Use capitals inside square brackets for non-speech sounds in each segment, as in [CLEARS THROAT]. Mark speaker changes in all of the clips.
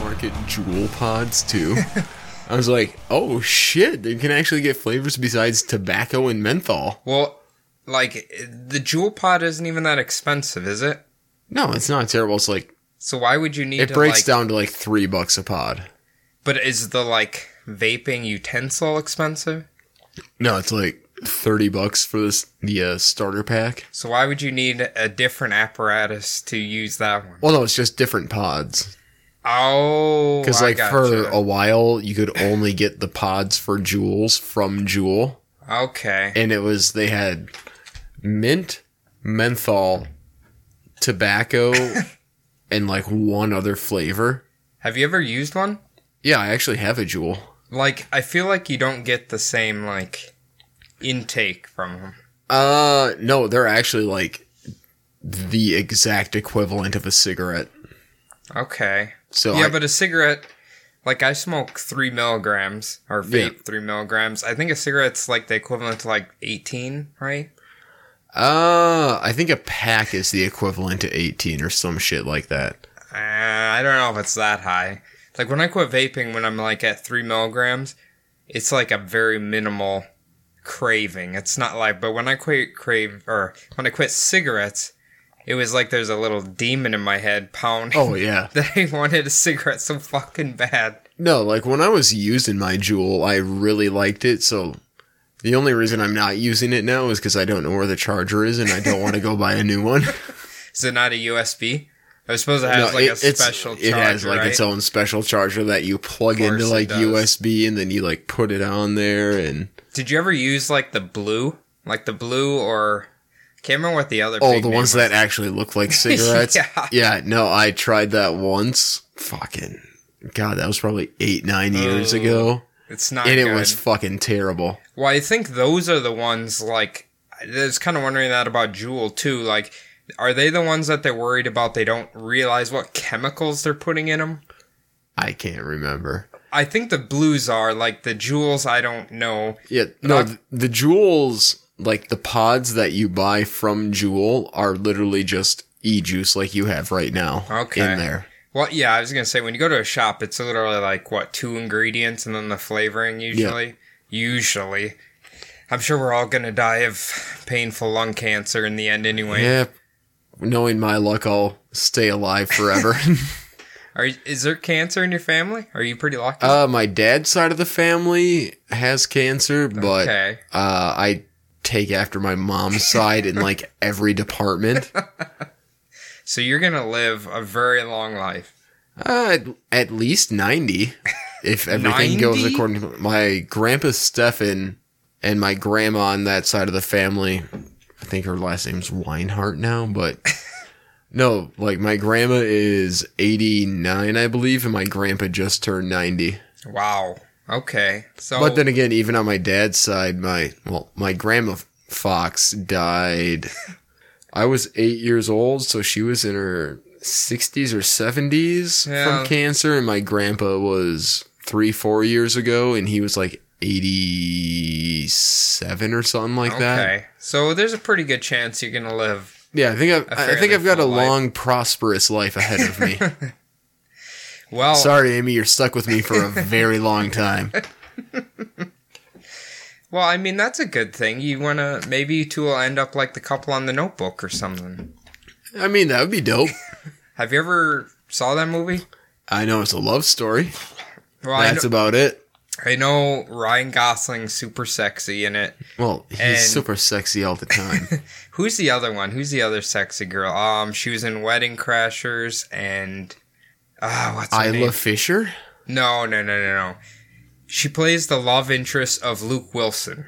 Speaker 1: market jewel pods too. [LAUGHS] I was like, oh shit, you can actually get flavors besides tobacco and menthol.
Speaker 2: Well, like the jewel pod isn't even that expensive, is it?
Speaker 1: No, it's not terrible. It's like
Speaker 2: So why would you need?
Speaker 1: it
Speaker 2: to,
Speaker 1: breaks
Speaker 2: like-
Speaker 1: down to like three bucks a pod.
Speaker 2: But is the like vaping utensil expensive?
Speaker 1: No, it's like thirty bucks for this the uh, starter pack.
Speaker 2: So why would you need a different apparatus to use that one?
Speaker 1: Well, no, it's just different pods.
Speaker 2: Oh,
Speaker 1: Because
Speaker 2: I
Speaker 1: like for
Speaker 2: gotcha.
Speaker 1: a while, you could only get the pods for jewels from Jewel,
Speaker 2: okay,
Speaker 1: and it was they had mint, menthol,
Speaker 2: [LAUGHS]
Speaker 1: tobacco, and like one other flavor.
Speaker 2: have you ever used one?
Speaker 1: Yeah, I actually have a jewel.
Speaker 2: Like I feel like you don't get the same like intake from them.
Speaker 1: Uh, no, they're actually like the exact equivalent of a cigarette.
Speaker 2: Okay,
Speaker 1: So
Speaker 2: yeah,
Speaker 1: I-
Speaker 2: but a cigarette. Like I smoke three milligrams or vape
Speaker 1: Yeah.
Speaker 2: three milligrams. I think a cigarette's like the equivalent to like eighteen, right?
Speaker 1: uh, I think a pack is the equivalent to eighteen or some shit like that.
Speaker 2: Uh, I don't know if it's that high. Like when I quit vaping, when I'm like at three milligrams, it's like a very minimal craving. It's not like, but when I quit crave or when I quit cigarettes, it was like there's a little demon in my head pounding
Speaker 1: Oh yeah,
Speaker 2: [LAUGHS] that I wanted a cigarette so fucking bad.
Speaker 1: no, like when I was using my jewel, I really liked it. So the only reason I'm not using it now is because I don't know where the charger is and I don't want to go buy a new
Speaker 2: [LAUGHS]
Speaker 1: one.
Speaker 2: Is it not a USB? I was supposed to have like a
Speaker 1: it's-
Speaker 2: special charger.
Speaker 1: it has like
Speaker 2: right?
Speaker 1: its own special charger that you plug
Speaker 2: course
Speaker 1: into
Speaker 2: it
Speaker 1: like
Speaker 2: does.
Speaker 1: USB and then you like put it on there and
Speaker 2: Did you ever use like the blue, like the blue or? Can't remember what the other.
Speaker 1: Oh,
Speaker 2: big
Speaker 1: the
Speaker 2: name
Speaker 1: ones
Speaker 2: was.
Speaker 1: that actually look
Speaker 2: [LAUGHS]
Speaker 1: like cigarettes.
Speaker 2: Yeah.
Speaker 1: yeah. no, I tried that once. Fucking God, that was probably eight, nine years
Speaker 2: Oh,
Speaker 1: ago.
Speaker 2: It's not.
Speaker 1: And it
Speaker 2: good.
Speaker 1: was fucking terrible.
Speaker 2: Well, I think those are the ones like I was kind of wondering that about Jewel too. Like, are they the ones that they're worried about? They don't realize what chemicals they're putting in them.
Speaker 1: I can't remember.
Speaker 2: I think the blues are like the jewels. I don't know.
Speaker 1: Yeah. No,
Speaker 2: I've-
Speaker 1: th- the jewels, like the pods that you buy from Jewel are literally just e juice like you have right now.
Speaker 2: Okay.
Speaker 1: In there.
Speaker 2: Well, yeah, I was gonna say when you go to a shop, it's literally like what two ingredients and then the flavoring usually. Usually, I'm sure we're all gonna die of painful lung cancer in the end anyway.
Speaker 1: Yeah. Knowing my luck, I'll stay alive forever. [LAUGHS]
Speaker 2: Are is there cancer in your family? Are you pretty lucky?
Speaker 1: uh, my dad's side of the family has cancer, but
Speaker 2: okay.
Speaker 1: uh, I take after my mom's side in like every department.
Speaker 2: So you're gonna live a very long life.
Speaker 1: Uh, at, at least 90, if everything goes
Speaker 2: 90?
Speaker 1: according to my grandpa Stefan and my grandma on that side of the family. I think her last name's Weinhardt now, but no, like my grandma is 89, I believe, and my grandpa just turned 90.
Speaker 2: Wow. Okay. So
Speaker 1: But then again, even on my dad's side, my well, my grandma Fox died. I was eight years old, so she was in her sixties or seventies
Speaker 2: Yeah.
Speaker 1: from cancer, and my grandpa was three, four years ago, and he was like eighty-seven or something like
Speaker 2: okay.
Speaker 1: that.
Speaker 2: So there's a pretty good chance you're gonna live.
Speaker 1: Yeah, I think I've,
Speaker 2: A
Speaker 1: I I think
Speaker 2: fairly
Speaker 1: I've got a
Speaker 2: full life.
Speaker 1: long, prosperous life ahead of
Speaker 2: [LAUGHS]
Speaker 1: me.
Speaker 2: Well,
Speaker 1: Sorry, Amy, you're stuck with me
Speaker 2: [LAUGHS]
Speaker 1: for a very long time.
Speaker 2: well, I mean that's a good thing. You wanna maybe you two will end up like the couple on the Notebook or something.
Speaker 1: I mean, that would be dope.
Speaker 2: Have you ever saw that movie?
Speaker 1: I know it's a love story.
Speaker 2: Well, I know,
Speaker 1: That's about it.
Speaker 2: I know Ryan Gosling's super sexy in it.
Speaker 1: Well, he's
Speaker 2: And-
Speaker 1: super sexy all the
Speaker 2: [LAUGHS]
Speaker 1: time.
Speaker 2: Who's the other one? Who's the other sexy girl? Um, she was in Wedding Crashers and ah, what's her name?
Speaker 1: Isla Fisher?
Speaker 2: No, no, no, no, no. She plays the love interest of Luke Wilson.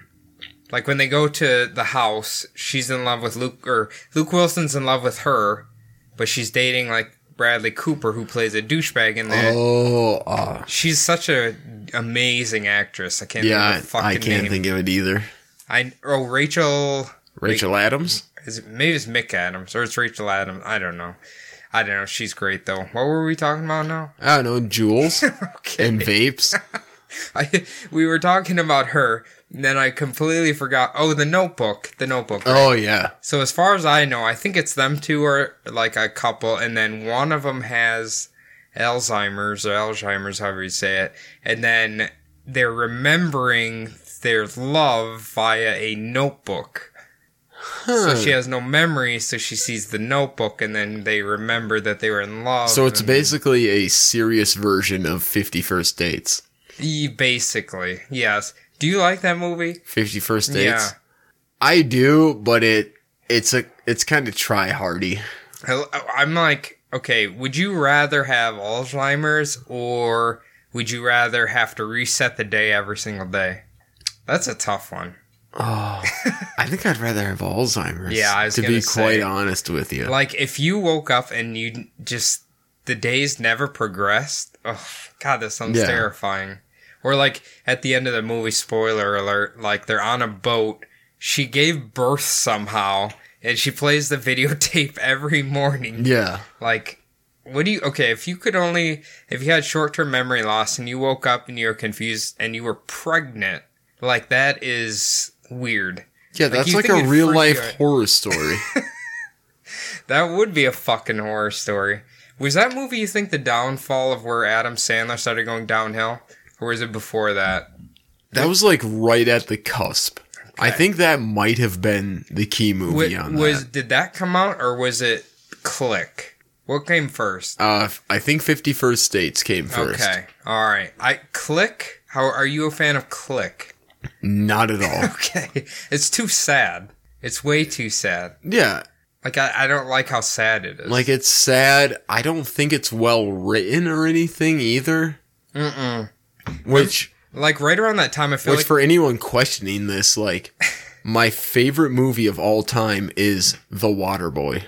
Speaker 2: Like when they go to the house, she's in love with Luke, or Luke Wilson's in love with her, but she's dating like Bradley Cooper, who plays a douchebag in that.
Speaker 1: Oh, uh,
Speaker 2: She's such a amazing actress. I can't. Yeah,
Speaker 1: yeah,
Speaker 2: think of her
Speaker 1: I
Speaker 2: fucking
Speaker 1: can't
Speaker 2: name.
Speaker 1: think of it either.
Speaker 2: I oh Rachel.
Speaker 1: Rachel
Speaker 2: [LAUGHS]
Speaker 1: Adams?
Speaker 2: Is it, maybe it's Mick Adams or it's Rachel Adams. I don't know. I don't know. She's great though. What were we talking about now? [LAUGHS]
Speaker 1: I don't know, jewels and vapes.
Speaker 2: I, we were talking about her, and then I completely forgot. Oh, the Notebook, the Notebook.
Speaker 1: Oh,
Speaker 2: [LAUGHS]
Speaker 1: yeah.
Speaker 2: So as far as I know, I think it's them two are like a couple, and then one of them has Alzheimer's or Alzheimer's, however you say it, and then they're remembering their love via a notebook.
Speaker 1: Huh.
Speaker 2: So she has no memory, so she sees the notebook, and then they remember that they were in love.
Speaker 1: So it's
Speaker 2: and-
Speaker 1: basically a serious version of 50 First Dates.
Speaker 2: E- basically yes. Do you like that movie?
Speaker 1: 50 First Dates.
Speaker 2: Yeah.
Speaker 1: I do, but it it's a it's kind of try hardy.
Speaker 2: I- I'm like, okay, would you rather have Alzheimer's or would you rather have to reset the day every single day? That's a tough one.
Speaker 1: Oh, [LAUGHS] I think I'd rather have Alzheimer's.
Speaker 2: Yeah, I was
Speaker 1: to be
Speaker 2: gonna
Speaker 1: quite
Speaker 2: say.
Speaker 1: honest with you.
Speaker 2: Like, if you woke up and you just, the days never progressed, oh, God, that sounds
Speaker 1: Yeah.
Speaker 2: terrifying. Or, like, at the end of the movie, spoiler alert, like, they're on a boat. She gave birth somehow, and she plays the [LAUGHS] videotape every morning.
Speaker 1: yeah,
Speaker 2: Like, what do you, okay, if you could only, if you had short term memory loss and you woke up and you were confused and you were pregnant, like, that is weird.
Speaker 1: yeah, that's
Speaker 2: you
Speaker 1: like
Speaker 2: think
Speaker 1: a
Speaker 2: it'd
Speaker 1: real
Speaker 2: freak
Speaker 1: life
Speaker 2: you out.
Speaker 1: horror story.
Speaker 2: [LAUGHS] That would be a fucking horror story. Was that movie you think the downfall of where Adam Sandler started going downhill? Or was it before that?
Speaker 1: that was like right at the cusp. I think that might have been the key movie
Speaker 2: Wa-
Speaker 1: on
Speaker 2: was
Speaker 1: that.
Speaker 2: did that come out or was it Click? What came first?
Speaker 1: Uh, f- I think Fifty First States came first.
Speaker 2: Okay, all right. I Click. How are you a fan of Click? [LAUGHS]
Speaker 1: Not at all.
Speaker 2: Okay, it's too sad. It's way too sad.
Speaker 1: yeah,
Speaker 2: Like I, I don't like how sad it is.
Speaker 1: like it's sad. I don't think it's well written or anything either.
Speaker 2: Mm-mm.
Speaker 1: Which,
Speaker 2: like right around that time, I feel
Speaker 1: which
Speaker 2: like
Speaker 1: for anyone questioning this,
Speaker 2: [LAUGHS]
Speaker 1: like my favorite movie of all time is The Waterboy.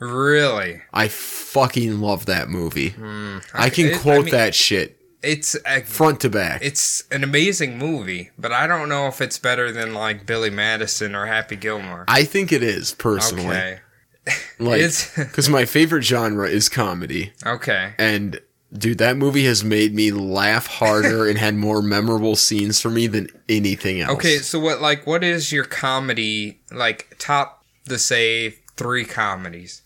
Speaker 2: really
Speaker 1: I fucking love that movie. I
Speaker 2: okay,
Speaker 1: can
Speaker 2: Hmm. it- I
Speaker 1: quote
Speaker 2: mean-
Speaker 1: that shit
Speaker 2: it's a
Speaker 1: front to back.
Speaker 2: it's an amazing movie, but I don't know if it's better than like Billy Madison or Happy Gilmore.
Speaker 1: I think it is personally,
Speaker 2: Okay.
Speaker 1: like
Speaker 2: [LAUGHS] It's
Speaker 1: because my favorite genre is comedy,
Speaker 2: okay.
Speaker 1: and dude, that movie has made me laugh harder and had more memorable scenes for me than anything else.
Speaker 2: Okay, so what like what is your comedy like top the say three comedies?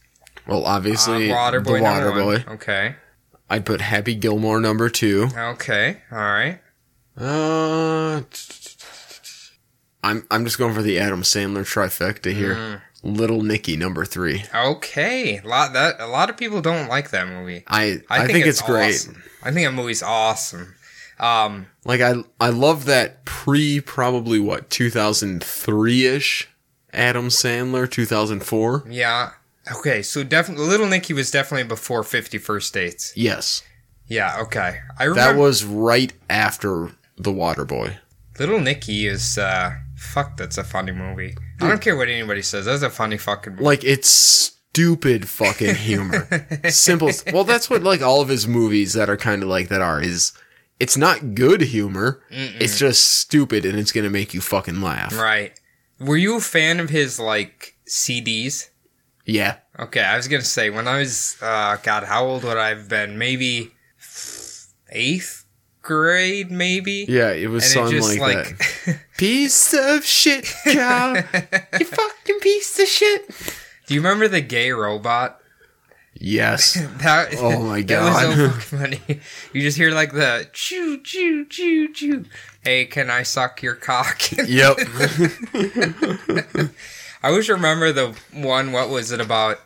Speaker 1: well,
Speaker 2: Uh,
Speaker 1: obviously,
Speaker 2: Waterboy
Speaker 1: the
Speaker 2: number
Speaker 1: Waterboy.
Speaker 2: one. Okay.
Speaker 1: I'd put Happy Gilmore number two.
Speaker 2: Okay. All right.
Speaker 1: Uh, I'm I'm just going for the Adam Sandler trifecta here.
Speaker 2: Mm.
Speaker 1: Little Nicky number three.
Speaker 2: Okay. A lot that a lot of people don't like that movie.
Speaker 1: I I, think, it's, great.
Speaker 2: awesome. I think that movie's awesome. Um
Speaker 1: Like I I love that pre probably what 2003ish Adam Sandler 2004.
Speaker 2: yeah. Okay, so definitely Little Nicky was definitely before 50 First Dates.
Speaker 1: Yes.
Speaker 2: Yeah, okay. I remember
Speaker 1: That was right after The Waterboy.
Speaker 2: Little Nicky is uh fuck that's a funny movie. I don't care what anybody says, that's a funny fucking movie.
Speaker 1: Like it's stupid fucking humor.
Speaker 2: [LAUGHS]
Speaker 1: Simple. Well, that's what like all of his movies that are kind of like that are is it's not good humor. It's just stupid and it's going to make you fucking laugh.
Speaker 2: Right. Were you a fan of his like CDs?
Speaker 1: Yeah.
Speaker 2: Okay, I was gonna say when I was uh god, how old would I have been? Maybe eighth grade, maybe?
Speaker 1: Yeah, it was
Speaker 2: And it
Speaker 1: something
Speaker 2: just
Speaker 1: like,
Speaker 2: like,
Speaker 1: that. Piece of shit, cow. you fucking piece of shit.
Speaker 2: [LAUGHS] do you remember the gay robot? [LAUGHS]
Speaker 1: Yes.
Speaker 2: That
Speaker 1: Oh my
Speaker 2: [LAUGHS] that was so
Speaker 1: God. [LAUGHS]
Speaker 2: fucking funny. You just hear like the choo choo choo choo. Hey, can I suck your cock? [LAUGHS]
Speaker 1: Yep. [LAUGHS]
Speaker 2: I always remember the one. What was it about?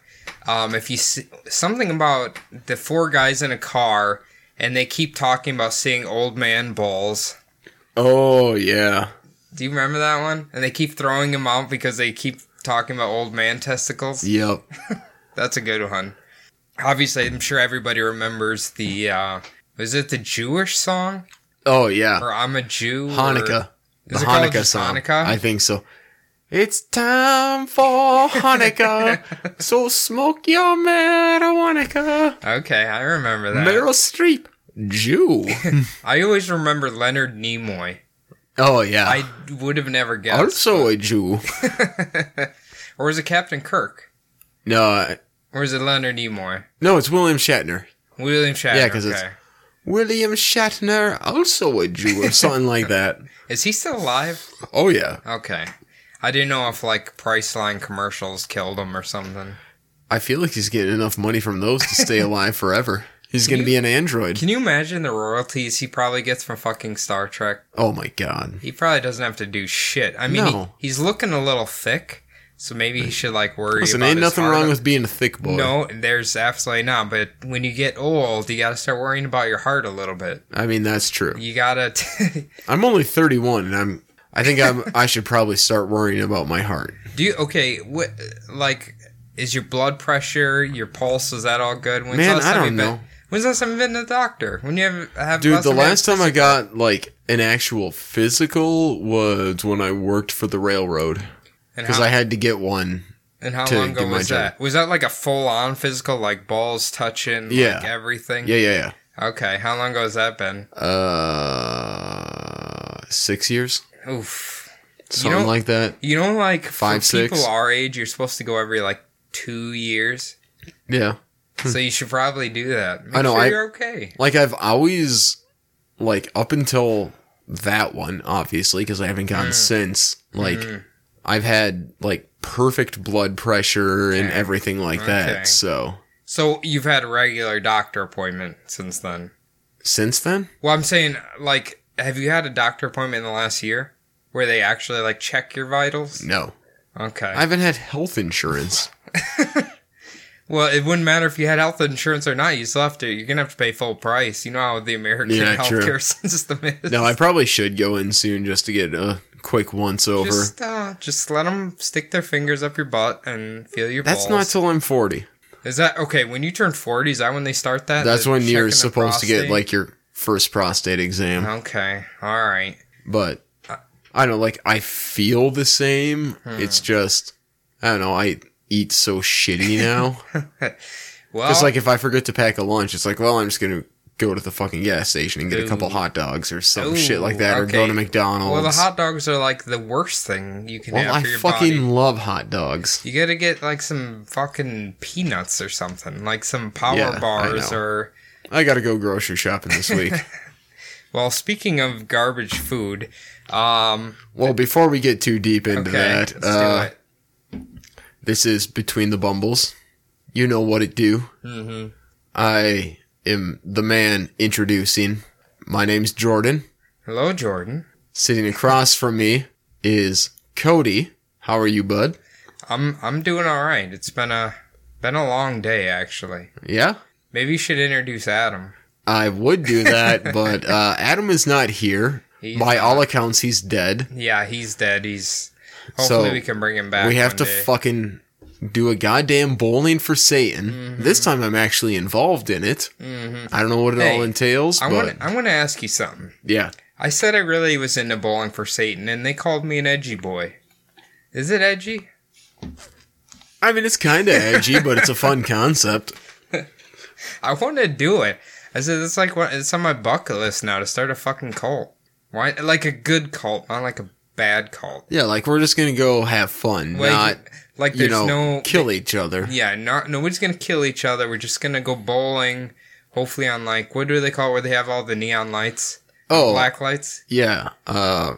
Speaker 2: Um, if you see, something about the four guys in a car and they keep talking about seeing old man balls.
Speaker 1: Oh yeah.
Speaker 2: Do you remember that one? And they keep throwing him out because they keep talking about old man testicles.
Speaker 1: Yep.
Speaker 2: That's a good one. Obviously, I'm sure everybody remembers the. Uh, was it the Jewish song
Speaker 1: Oh yeah.
Speaker 2: or I'm a Jew? or-
Speaker 1: Hanukkah. The
Speaker 2: Is it called
Speaker 1: Hanukkah
Speaker 2: just
Speaker 1: song.
Speaker 2: Hanukkah?
Speaker 1: I think so. It's time for
Speaker 2: [LAUGHS]
Speaker 1: Hanukkah. so smoke your marijuana.
Speaker 2: okay, I remember that.
Speaker 1: Meryl Streep.
Speaker 2: [LAUGHS]
Speaker 1: Jew.
Speaker 2: I always remember Leonard Nimoy.
Speaker 1: Oh yeah.
Speaker 2: I would have never guessed.
Speaker 1: also a Jew.
Speaker 2: [LAUGHS] Or was it Captain Kirk?
Speaker 1: No, I-
Speaker 2: Or is it Leonard Nimoy?
Speaker 1: no, it's William Shatner.
Speaker 2: William Shatner.
Speaker 1: Yeah,
Speaker 2: Yeah,
Speaker 1: 'cause
Speaker 2: because
Speaker 1: it's- William Shatner, also a Jew,
Speaker 2: [LAUGHS]
Speaker 1: or something like that.
Speaker 2: is he still alive?
Speaker 1: Oh yeah.
Speaker 2: Okay, I didn't know if like Priceline commercials killed him or something.
Speaker 1: I feel like he's getting enough money from those to stay alive forever. He's going to be an android.
Speaker 2: Can you imagine the royalties he probably gets from fucking Star Trek?
Speaker 1: Oh my god.
Speaker 2: He probably doesn't have to do shit. I mean, he-
Speaker 1: No.
Speaker 2: he's looking a little thick, so maybe he should like worry.
Speaker 1: Listen,
Speaker 2: about
Speaker 1: ain't
Speaker 2: his
Speaker 1: nothing
Speaker 2: heart.
Speaker 1: wrong with being a thick boy.
Speaker 2: No, there's absolutely not. But when you get old, you gotta start worrying about your heart a little bit.
Speaker 1: I mean, that's true.
Speaker 2: You gotta. [LAUGHS]
Speaker 1: I'm only 31 and I'm I think I'm I should probably start worrying about my heart.
Speaker 2: do you okay? What like is your blood pressure, your pulse? Is that all good? When's
Speaker 1: Man,
Speaker 2: the last
Speaker 1: I
Speaker 2: time
Speaker 1: don't
Speaker 2: you've been-
Speaker 1: know.
Speaker 2: When's the last time you've been to the doctor? When you have, have
Speaker 1: Dude, the
Speaker 2: you had-
Speaker 1: last time I got like an actual physical was when I worked for the railroad
Speaker 2: and
Speaker 1: cuz
Speaker 2: how,
Speaker 1: I had to get one.
Speaker 2: and how
Speaker 1: to
Speaker 2: long ago
Speaker 1: do my
Speaker 2: was
Speaker 1: job.
Speaker 2: that? Was that like a full on physical, like balls touching,
Speaker 1: Yeah.
Speaker 2: like everything?
Speaker 1: Yeah, yeah,
Speaker 2: Okay, how long ago has that been?
Speaker 1: yeah. Uh 6 years.
Speaker 2: Oof.
Speaker 1: Something
Speaker 2: know-
Speaker 1: like that.
Speaker 2: You know, like
Speaker 1: Five,
Speaker 2: for
Speaker 1: six?
Speaker 2: people our age, you're supposed to go every like two years.
Speaker 1: Yeah.
Speaker 2: so you should probably do that. Make
Speaker 1: Hmm. I know,
Speaker 2: Sure
Speaker 1: I-
Speaker 2: you're okay.
Speaker 1: Like I've always like up until that one obviously cuz I haven't
Speaker 2: Mm.
Speaker 1: gotten since like
Speaker 2: Mm-hmm.
Speaker 1: I've had like perfect blood pressure and
Speaker 2: Okay.
Speaker 1: everything like
Speaker 2: Okay.
Speaker 1: that. So
Speaker 2: So you've had a regular doctor appointment since then.
Speaker 1: since then,
Speaker 2: Well, I'm saying, like, have you had a doctor appointment in the last year where they actually like check your vitals?
Speaker 1: no,
Speaker 2: Okay.
Speaker 1: I haven't had health insurance.
Speaker 2: well, it wouldn't matter if you had health insurance or not. You still have to. You're gonna have to pay full price. You know how the American [LAUGHS]
Speaker 1: Yeah, true.
Speaker 2: healthcare system is.
Speaker 1: No, I probably should go in soon just to get a quick once over.
Speaker 2: Just, uh, just let them stick their fingers up your butt and feel your
Speaker 1: That's not
Speaker 2: balls.
Speaker 1: till I'm 40.
Speaker 2: Is that okay? When you turn forty, is that when they start that?
Speaker 1: That's
Speaker 2: The
Speaker 1: when you're
Speaker 2: checking the
Speaker 1: supposed to get
Speaker 2: prostate?
Speaker 1: like your first prostate exam.
Speaker 2: Okay, all right.
Speaker 1: But I don't know, like I feel the same.
Speaker 2: Hmm.
Speaker 1: It's just I don't know, I eat so
Speaker 2: [LAUGHS]
Speaker 1: shitty now.
Speaker 2: Well,
Speaker 1: It's like if I forget to pack a lunch, it's like, well, I'm just gonna go to the fucking gas station and get a couple
Speaker 2: Ooh.
Speaker 1: hot dogs or some
Speaker 2: Ooh,
Speaker 1: shit like that, or
Speaker 2: okay.
Speaker 1: go to McDonald's.
Speaker 2: well, the hot dogs are like the worst thing you can
Speaker 1: Well,
Speaker 2: have
Speaker 1: I
Speaker 2: for your
Speaker 1: fucking
Speaker 2: body.
Speaker 1: love hot dogs.
Speaker 2: You gotta get like some fucking peanuts or something, like some power
Speaker 1: Yeah, I
Speaker 2: bars
Speaker 1: know.
Speaker 2: or.
Speaker 1: I gotta go grocery shopping this
Speaker 2: [LAUGHS]
Speaker 1: week.
Speaker 2: Well, speaking of garbage food, um,
Speaker 1: well, before we get too deep into
Speaker 2: okay,
Speaker 1: that,
Speaker 2: let's
Speaker 1: uh,
Speaker 2: do it.
Speaker 1: this is Between the Bumbles. You know what it do. Mm-hmm. I am the man introducing. My name's Jordan.
Speaker 2: Hello, Jordan.
Speaker 1: Sitting across from me is Cody. How are you, bud?
Speaker 2: I'm I'm doing all right. It's been a been a long day actually.
Speaker 1: Yeah?
Speaker 2: Maybe you should introduce Adam.
Speaker 1: I would do
Speaker 2: [LAUGHS]
Speaker 1: that, but uh, Adam is not here.
Speaker 2: He's
Speaker 1: By
Speaker 2: not.
Speaker 1: all accounts, he's dead.
Speaker 2: Yeah, he's dead. He's
Speaker 1: So,
Speaker 2: hopefully we can bring him back.
Speaker 1: we have
Speaker 2: one
Speaker 1: to
Speaker 2: day.
Speaker 1: fucking do a goddamn bowling for Satan.
Speaker 2: Mm-hmm.
Speaker 1: This time I'm actually involved in it. I don't know what it
Speaker 2: Hey,
Speaker 1: all entails,
Speaker 2: I
Speaker 1: but
Speaker 2: want I want to ask you something.
Speaker 1: yeah,
Speaker 2: I said I really was into bowling for Satan, and they called me an edgy boy. Is it edgy?
Speaker 1: I mean it's kind
Speaker 2: [LAUGHS]
Speaker 1: of edgy, but it's a fun concept.
Speaker 2: I want to do it. I said it's like what it's on my bucket list now to start a fucking cult. Why? Like a good cult, not like a bad cult.
Speaker 1: Yeah, like we're just gonna go have fun,
Speaker 2: Like,
Speaker 1: not
Speaker 2: like
Speaker 1: you
Speaker 2: there's
Speaker 1: know
Speaker 2: no
Speaker 1: kill each other.
Speaker 2: Yeah, not nobody's gonna kill each other. We're just gonna go bowling. Hopefully on like what do they call it where they have all the neon lights,
Speaker 1: Oh
Speaker 2: black lights?
Speaker 1: yeah, uh,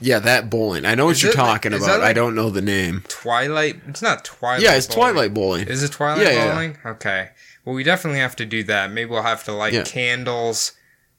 Speaker 1: yeah, that bowling. I know what
Speaker 2: Is
Speaker 1: you're
Speaker 2: it like-
Speaker 1: talking
Speaker 2: is that
Speaker 1: about. I
Speaker 2: like-
Speaker 1: don't know the name.
Speaker 2: Twilight. It's not Twilight.
Speaker 1: Yeah, it's
Speaker 2: bowling.
Speaker 1: Twilight Bowling.
Speaker 2: Is it Twilight
Speaker 1: Yeah, yeah.
Speaker 2: bowling? Okay. Well, we definitely have to do that. Maybe we'll have to light
Speaker 1: Yeah.
Speaker 2: candles.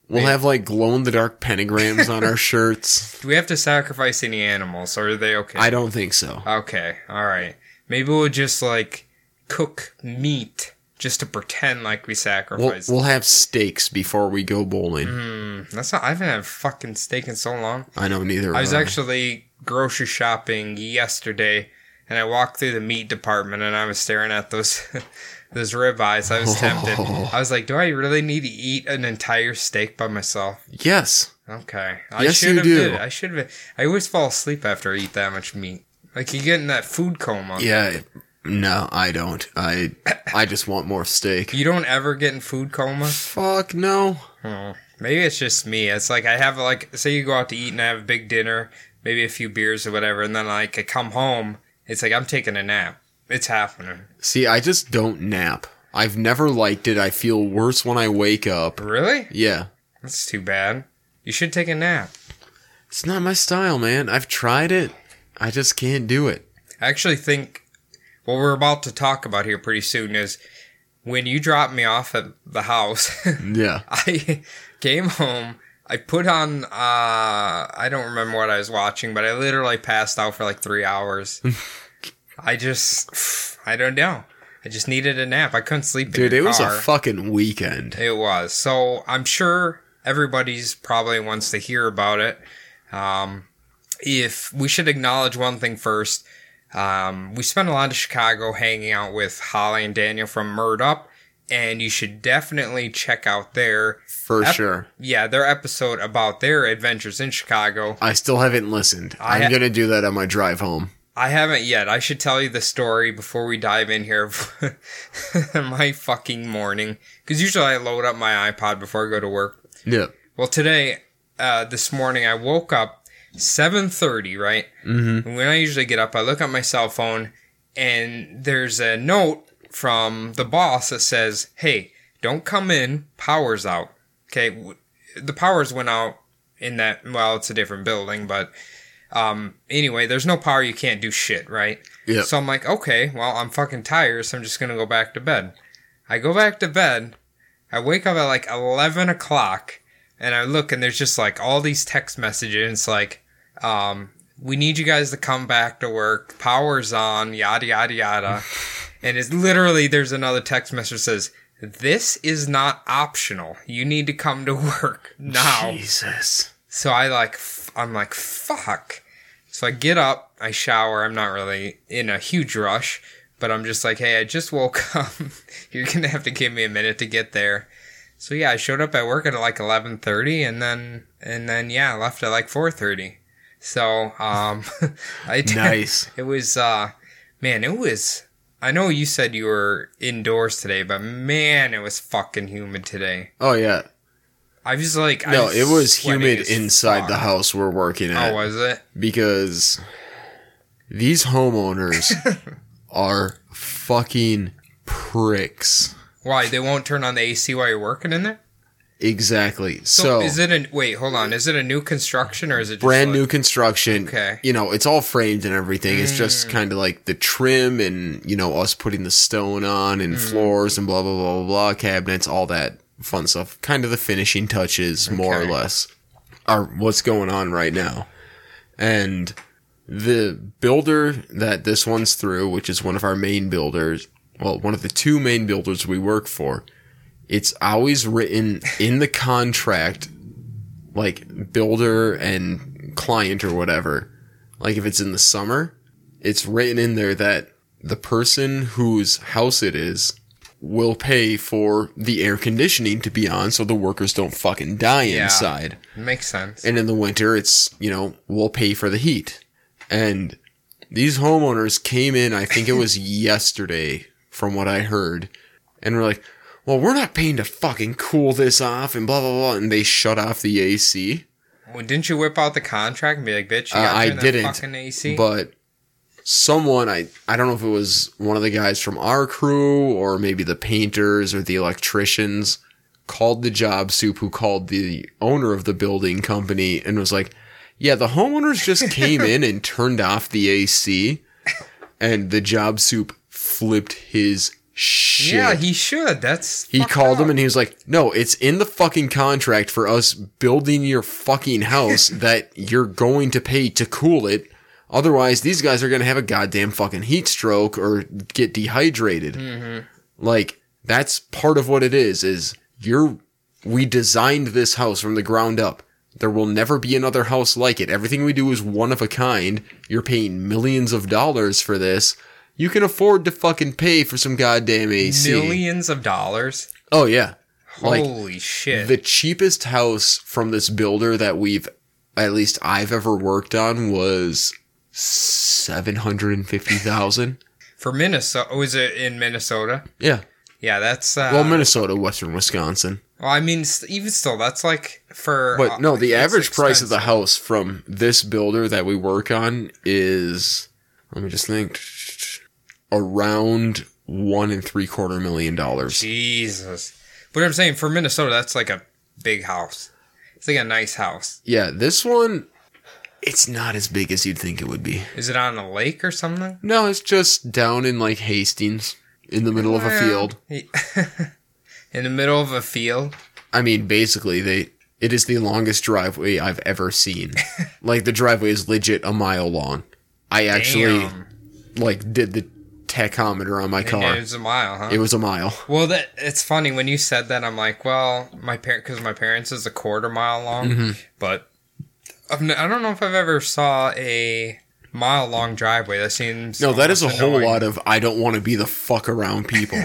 Speaker 1: We'll have like glow in the dark pentagrams on our
Speaker 2: [LAUGHS]
Speaker 1: shirts.
Speaker 2: Do we have to sacrifice any animals, or are they okay?
Speaker 1: I don't think so.
Speaker 2: Okay, all right. Maybe we'll just like cook meat just to pretend like we
Speaker 1: We'll,
Speaker 2: sacrificed. Hmm,
Speaker 1: we'll have steaks before we go bowling.
Speaker 2: Mm. That's not. I haven't had fucking steak in so long.
Speaker 1: I know neither.
Speaker 2: I was actually grocery shopping yesterday, and I walked through the meat department, and I was staring at those [LAUGHS] those ribeyes. I was
Speaker 1: [LAUGHS]
Speaker 2: tempted. I was like, "Do I really need to eat an entire steak by myself?"
Speaker 1: Yes,
Speaker 2: Okay, I
Speaker 1: Yes,
Speaker 2: should
Speaker 1: you
Speaker 2: have
Speaker 1: do.
Speaker 2: did. I should have. I always fall asleep after I eat that much meat. Like you get in that food coma.
Speaker 1: yeah. No, I don't. I I just want more steak.
Speaker 2: You don't ever get in food coma.
Speaker 1: Fuck no.
Speaker 2: Oh, maybe it's just me. It's like I have like say you go out to eat and I have a big dinner, maybe a few beers or whatever, and then like I come home, it's like I'm taking a nap. It's happening.
Speaker 1: See, I just don't nap. I've never liked it. I feel worse when I wake up.
Speaker 2: Really?
Speaker 1: Yeah,
Speaker 2: That's too bad. You should take a nap.
Speaker 1: it's not my style, man. I've tried it. I just can't do it.
Speaker 2: I actually think what we're about to talk about here pretty soon is when you dropped me off at the house, [LAUGHS]
Speaker 1: Yeah.
Speaker 2: I [LAUGHS] came home. I put on. Uh, I don't remember what I was watching, but I literally passed out for like
Speaker 1: [LAUGHS]
Speaker 2: three hours. I just. I don't know. I just needed a nap. I couldn't sleep.
Speaker 1: Dude,
Speaker 2: in
Speaker 1: it
Speaker 2: your
Speaker 1: was a
Speaker 2: car.
Speaker 1: fucking weekend.
Speaker 2: It was. So I'm sure everybody's probably wants to hear about it. Um, if we should acknowledge one thing first, um, we spent a lot of Chicago hanging out with Holly and Daniel from Murd Up, and you should definitely check out their
Speaker 1: For
Speaker 2: Ep-
Speaker 1: sure.
Speaker 2: yeah their episode about their adventures in Chicago.
Speaker 1: I still haven't listened.
Speaker 2: I
Speaker 1: I'm
Speaker 2: ha-
Speaker 1: going to do that on my drive home.
Speaker 2: I haven't yet. I should tell you the story before we dive in here. [LAUGHS] my fucking morning, because usually I load up my iPod before I go to work.
Speaker 1: Yeah.
Speaker 2: Well, today, uh, this morning, I woke up 7.30, right?
Speaker 1: Mm-hmm.
Speaker 2: And when I usually get up, I look at my cell phone, and there's a note from the boss that says, hey, don't come in, power's out. Okay, w- the powers went out in that, well, it's a different building, but um, anyway, there's no power, you can't do shit, right?
Speaker 1: Yeah.
Speaker 2: So I'm like, okay, well, I'm fucking tired, so I'm just gonna go back to bed. I go back to bed. I wake up at like 11 o'clock, and I look, and there's just like all these text messages. And it's like, um, we need you guys to come back to work. Power's on. Yada yada yada. and it's literally there's another text message that says, "This is not optional. You need to come to [LAUGHS] work now."
Speaker 1: Jesus.
Speaker 2: So I like, f- I'm like, fuck. So I get up, I shower. I'm not really in a huge rush, but I'm just like, hey, I just woke [LAUGHS] up. You're gonna have to give me a minute to get there. So yeah, I showed up at work at like 11:30, and then and then yeah, left at like 4:30. So um, [LAUGHS] I
Speaker 1: [LAUGHS]
Speaker 2: did,
Speaker 1: Nice.
Speaker 2: it was uh, man, it was. I know you said you were indoors today, but man, it was fucking humid today.
Speaker 1: Oh, yeah.
Speaker 2: I was like, I
Speaker 1: No, it was
Speaker 2: sweating
Speaker 1: humid
Speaker 2: as
Speaker 1: inside
Speaker 2: fuck.
Speaker 1: the house we're working at.
Speaker 2: Oh, was it?
Speaker 1: because these homeowners
Speaker 2: [LAUGHS]
Speaker 1: are fucking pricks.
Speaker 2: Why they won't turn on the AC while you're working in there?
Speaker 1: Exactly. So,
Speaker 2: is it a wait? Hold on. Is it a new construction or is it just
Speaker 1: brand
Speaker 2: like-
Speaker 1: new construction.
Speaker 2: Okay. Mm.
Speaker 1: You know, it's all framed and everything. It's just kind of like the trim and, you know, us putting the stone on
Speaker 2: Mm.
Speaker 1: and floors and blah, blah, blah, blah, blah, cabinets, all that fun stuff. Kind of the finishing touches, more or
Speaker 2: Okay.
Speaker 1: less, are what's going on right now. And the builder that this one's through, which is one of our main builders, well, one of the two main builders we work for, it's always written in the contract, like builder and client or whatever. Like if it's in the summer, it's written in there that the person whose house it is will pay for the air conditioning to be on so the workers don't fucking die
Speaker 2: Yeah.
Speaker 1: inside.
Speaker 2: Makes sense.
Speaker 1: And in the winter, it's, you know, we'll pay for the heat. And these homeowners came in, I think it was yesterday, from what I heard, and were like, well, we're not paying to fucking cool this off and blah, blah, blah. And they shut off the AC.
Speaker 2: Well, didn't you whip out the contract and be like, "Bitch, you
Speaker 1: Uh,
Speaker 2: gotta
Speaker 1: I
Speaker 2: turn that
Speaker 1: didn't,
Speaker 2: fucking AC."
Speaker 1: But someone, I, I don't know if it was one of the guys from our crew or maybe the painters or the electricians, called the job soup who called the owner of the building company and was like, yeah, the homeowners
Speaker 2: [LAUGHS]
Speaker 1: just came in and turned off the AC and the job soup flipped his shit.
Speaker 2: yeah, he should. That's
Speaker 1: He
Speaker 2: fucked
Speaker 1: called
Speaker 2: up.
Speaker 1: him and he was like, "No, it's in the fucking contract for us building your fucking house that you're going to pay to cool it. Otherwise, these guys are going to have a goddamn fucking heat stroke or get dehydrated. Like that's part of what it is. Is you're we designed this house from the ground up. There will never be another house like it. Everything we do is one of a kind. You're paying millions of dollars for this. You can afford to fucking pay for some goddamn AC.
Speaker 2: millions of dollars.
Speaker 1: Oh yeah. Like,
Speaker 2: Holy shit!
Speaker 1: The cheapest house from this builder that we've at least I've ever worked on was 750,000.
Speaker 2: For Minnesota, was it in Minnesota?
Speaker 1: Yeah.
Speaker 2: Yeah, that's uh,
Speaker 1: Well, Minnesota, Western Wisconsin.
Speaker 2: well, I mean, s- even still, that's like for uh,
Speaker 1: But no, the
Speaker 2: it's
Speaker 1: average price of
Speaker 2: expensive.
Speaker 1: the house from this builder that we work on is let me just think around one and three quarter million dollars.
Speaker 2: Jesus. But I'm saying for Minnesota, that's like a big house. It's like a nice house.
Speaker 1: Yeah, this one it's not as big as you'd think it would be.
Speaker 2: Is it on a lake or something?
Speaker 1: No, it's just down in like Hastings. in the middle of a
Speaker 2: Well,
Speaker 1: field.
Speaker 2: he- [LAUGHS] in the middle of a field.
Speaker 1: I mean, basically, they it is the longest driveway I've ever [LAUGHS] seen. like the driveway is legit a mile long. I actually
Speaker 2: Damn.
Speaker 1: like did the tachometer on my car.
Speaker 2: It was a mile, huh?
Speaker 1: It was a mile.
Speaker 2: Well, that it's funny when you said that. I'm like, well, my parent because my parents is a quarter mile long,
Speaker 1: Mm-hmm.
Speaker 2: but I've n- I don't know if I've ever saw a mile long driveway. That seems
Speaker 1: [LAUGHS] No, that is a
Speaker 2: almost
Speaker 1: whole
Speaker 2: annoying.
Speaker 1: lot of I don't want to be the fuck around people.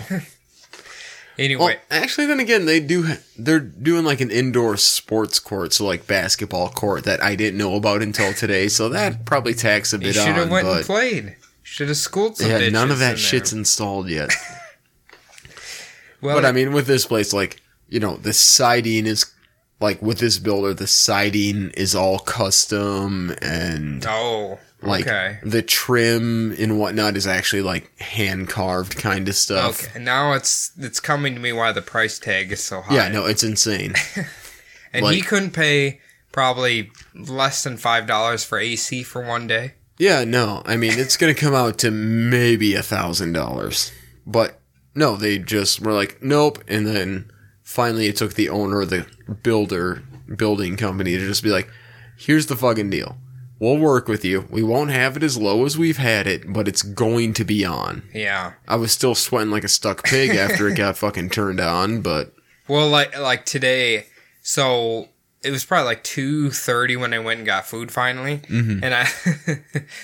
Speaker 2: Anyway,
Speaker 1: [LAUGHS] well, actually, then again, they do. ha- They're doing like an indoor sports court, so like basketball court that I didn't know about until today. So that probably tacks a
Speaker 2: you
Speaker 1: bit
Speaker 2: should
Speaker 1: Oh, on.
Speaker 2: have went and
Speaker 1: But
Speaker 2: played. Should have schooled some.
Speaker 1: yeah, none
Speaker 2: ditches
Speaker 1: of that
Speaker 2: in
Speaker 1: shit's
Speaker 2: there.
Speaker 1: installed [LAUGHS] yet.
Speaker 2: Well,
Speaker 1: But I mean, with this place, like you know, the siding is like with this builder, the siding is all custom, and
Speaker 2: oh,
Speaker 1: like
Speaker 2: okay,
Speaker 1: the trim and whatnot is actually like hand carved kind of stuff.
Speaker 2: okay. Now it's it's coming to me why the price tag is so high.
Speaker 1: Yeah, no, it's insane.
Speaker 2: and he
Speaker 1: like-
Speaker 2: couldn't pay probably less than five dollars for AC for one day.
Speaker 1: yeah, no, I mean, it's gonna come out to maybe a thousand dollars, but no, they just were like, nope, and then finally it took the owner, of the builder, building company to just be like, here's the fucking deal. We'll work with you. We won't have it as low as we've had it, but it's going to be on.
Speaker 2: Yeah.
Speaker 1: I was still sweating like a stuck pig after it got fucking turned on, but
Speaker 2: Well, like like today, so it was probably like two thirty when I went and got food finally, and I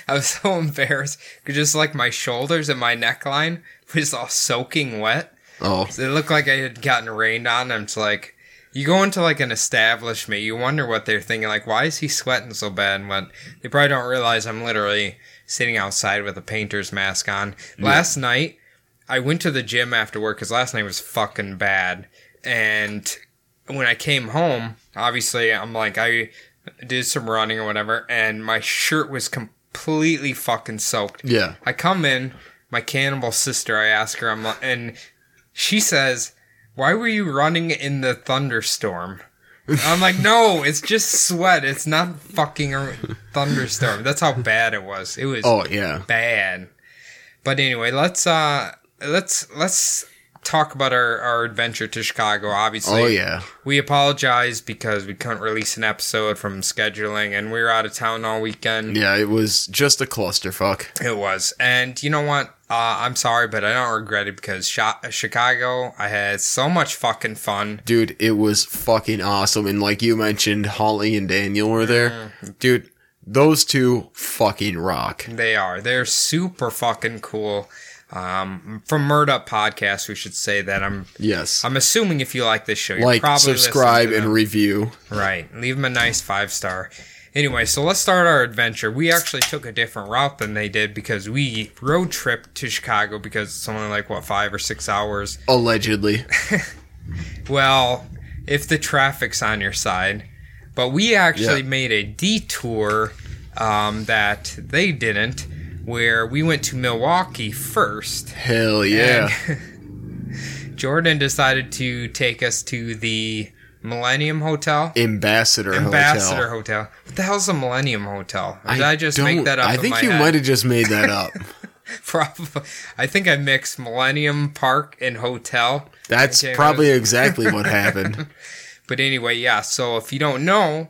Speaker 2: I [LAUGHS] was so embarrassed 'cause just like my shoulders and my neckline was all soaking wet.
Speaker 1: oh,
Speaker 2: It looked like I had gotten rained on. I'm just like, you go into like an establishment, you wonder what they're thinking. Like, why is he sweating so bad? And what they probably don't realize, I'm literally sitting outside with a painter's mask on. Last night, I went to the gym after work because last night was fucking bad. And when I came home, obviously, I'm like, I did some running or whatever, and my shirt was completely fucking soaked.
Speaker 1: yeah,
Speaker 2: I come in, my cannibal sister, I ask her, I'm like, and she says, Why were you running in the thunderstorm? I'm like, No, it's just sweat. It's not fucking a thunderstorm. That's how bad it was. It was
Speaker 1: oh yeah.
Speaker 2: bad. But anyway, let's uh let's let's talk about our, our adventure to Chicago. Obviously,
Speaker 1: Oh yeah.
Speaker 2: we apologize because we couldn't release an episode from scheduling, and we were out of town all weekend.
Speaker 1: Yeah, it was just a clusterfuck.
Speaker 2: It was. And you know what? Uh, I'm sorry, but I don't regret it because Chi- Chicago, I had so much fucking fun.
Speaker 1: Dude, it was fucking awesome. And like you mentioned, Holly and Daniel were there. Dude, those two fucking rock.
Speaker 2: They are. They're super fucking cool. Um, from Murd Up Podcast, we should say that I'm.
Speaker 1: Yes.
Speaker 2: I'm assuming if you like this show, you're
Speaker 1: like,
Speaker 2: probably
Speaker 1: subscribe
Speaker 2: listening
Speaker 1: and
Speaker 2: to
Speaker 1: review.
Speaker 2: them. right. Leave them a nice five star. Anyway, so let's start our adventure. We actually took a different route than they did because we road tripped to Chicago because it's only like what five or six hours.
Speaker 1: Allegedly.
Speaker 2: Well, if the traffic's on your side. But we actually
Speaker 1: Yeah.
Speaker 2: made a detour um, that they didn't, where we went to Milwaukee first.
Speaker 1: Hell yeah.
Speaker 2: Jordan decided to take us to the Millennium Hotel.
Speaker 1: Ambassador,
Speaker 2: Ambassador
Speaker 1: Hotel.
Speaker 2: Hotel. What the hell's a Millennium Hotel? Or Did I, just make
Speaker 1: don't-
Speaker 2: that up?
Speaker 1: I
Speaker 2: in
Speaker 1: think
Speaker 2: my
Speaker 1: you
Speaker 2: head?
Speaker 1: might have just made that
Speaker 2: [LAUGHS]
Speaker 1: up.
Speaker 2: Probably. I think I mixed Millennium Park and hotel.
Speaker 1: That's
Speaker 2: Okay,
Speaker 1: probably exactly
Speaker 2: [LAUGHS]
Speaker 1: what happened.
Speaker 2: But anyway, yeah, so if you don't know,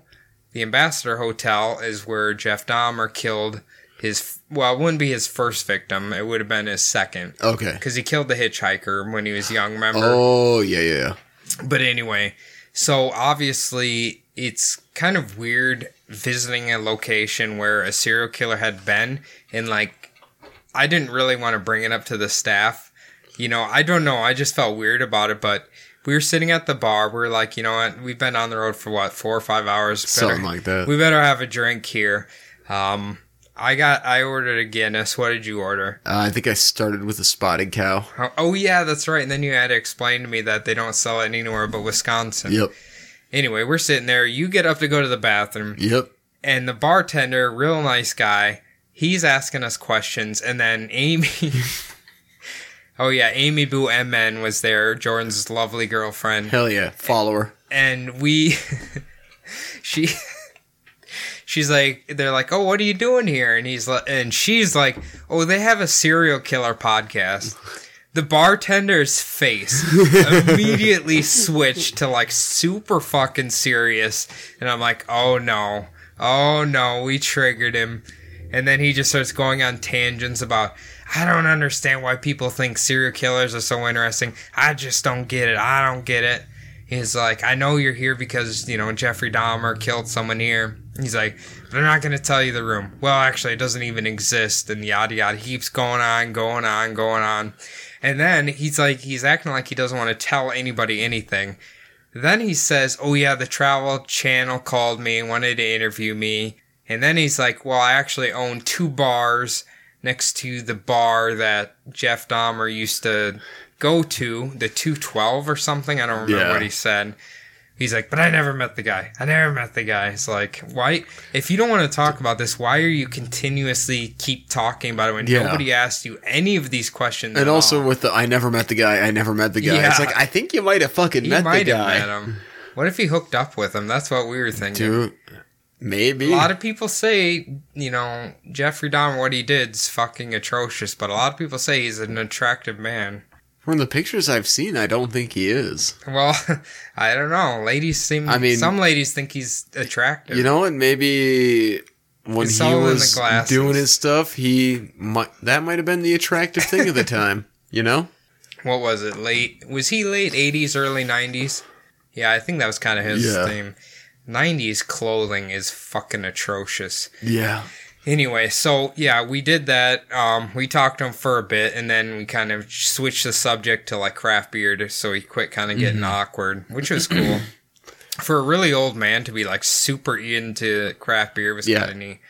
Speaker 2: the Ambassador Hotel is where Jeff Dahmer killed his, well, it wouldn't be his first victim. It would have been his second.
Speaker 1: Okay.
Speaker 2: Because he killed the hitchhiker when he was young, remember?
Speaker 1: Oh yeah, yeah, yeah.
Speaker 2: But anyway, so obviously it's kind of weird visiting a location where a serial killer had been and like I didn't really want to bring it up to the staff. You know, I don't know, I just felt weird about it, but we were sitting at the bar, we were like, you know what, we've been on the road for what, four or five hours.
Speaker 1: Something like that.
Speaker 2: We better have a drink here. Um I got I ordered a Guinness. What did you order?
Speaker 1: Uh, I think I started with a spotted cow.
Speaker 2: Oh, oh yeah, that's right. And then you had to explain to me that they don't sell it anywhere but Wisconsin.
Speaker 1: Yep.
Speaker 2: Anyway, we're sitting there. You get up to go to the bathroom,
Speaker 1: Yep.
Speaker 2: and the bartender, real nice guy, he's asking us questions. And then Amy. [LAUGHS] oh, yeah, Amy Boo MN was there, Jordan's lovely girlfriend.
Speaker 1: Hell yeah. Follower.
Speaker 2: And we. [LAUGHS] she. [LAUGHS] She's like, they're like, oh, what are you doing here? And he's like, and she's like, oh, they have a serial killer podcast. the bartender's face immediately switched to like super fucking serious and i'm like oh no oh no we triggered him and then he just starts going on tangents about i don't understand why people think serial killers are so interesting i just don't get it i don't get it he's like i know you're here because you know jeffrey dahmer killed someone here he's like but i'm not going to tell you the room well actually it doesn't even exist and yada yada heaps going on going on going on and then he's like, he's acting like he doesn't want to tell anybody anything. Then he says, Oh, yeah, the travel channel called me and wanted to interview me. And then he's like, Well, I actually own two bars next to the bar that Jeff Dahmer used to go to, the 212 or something. I don't remember
Speaker 1: Yeah.
Speaker 2: what he said. He's like, But I never met the guy. I never met the guy. It's like, Why? If you don't want to talk about this, why are you continuously keep talking about it when
Speaker 1: Yeah.
Speaker 2: nobody asked you any of these questions?
Speaker 1: And
Speaker 2: at all?
Speaker 1: also with the I never met the guy, I never met the guy. It's
Speaker 2: Yeah.
Speaker 1: like I think you might have fucking
Speaker 2: He
Speaker 1: met
Speaker 2: might
Speaker 1: the
Speaker 2: have
Speaker 1: guy.
Speaker 2: met him. What if he hooked up with him? That's what we were thinking.
Speaker 1: Dude, maybe.
Speaker 2: A lot of people say, you know, Jeffrey Dahmer, what he did is fucking atrocious, but a lot of people say he's an attractive man. [LAUGHS]
Speaker 1: From the pictures I've seen, I don't think he is.
Speaker 2: Well, [LAUGHS] I don't know. Ladies seem.
Speaker 1: I mean-
Speaker 2: some ladies think he's attractive.
Speaker 1: You know, and maybe when
Speaker 2: It's
Speaker 1: he
Speaker 2: all in the
Speaker 1: was
Speaker 2: glasses.
Speaker 1: doing his stuff, he might that might have been the attractive thing of the time. [LAUGHS] You know,
Speaker 2: what was it? Late was he late eighties, early nineties? Yeah, I think that was kind of his
Speaker 1: Yeah.
Speaker 2: theme. Nineties clothing is fucking atrocious.
Speaker 1: yeah,
Speaker 2: Anyway, so yeah, we did that. Um, we talked to him for a bit, and then we kind of switched the subject to like craft beer, so he quit kind of getting awkward, which was cool. for a really old man to be like super into craft beer was
Speaker 1: Yeah.
Speaker 2: kind of neat.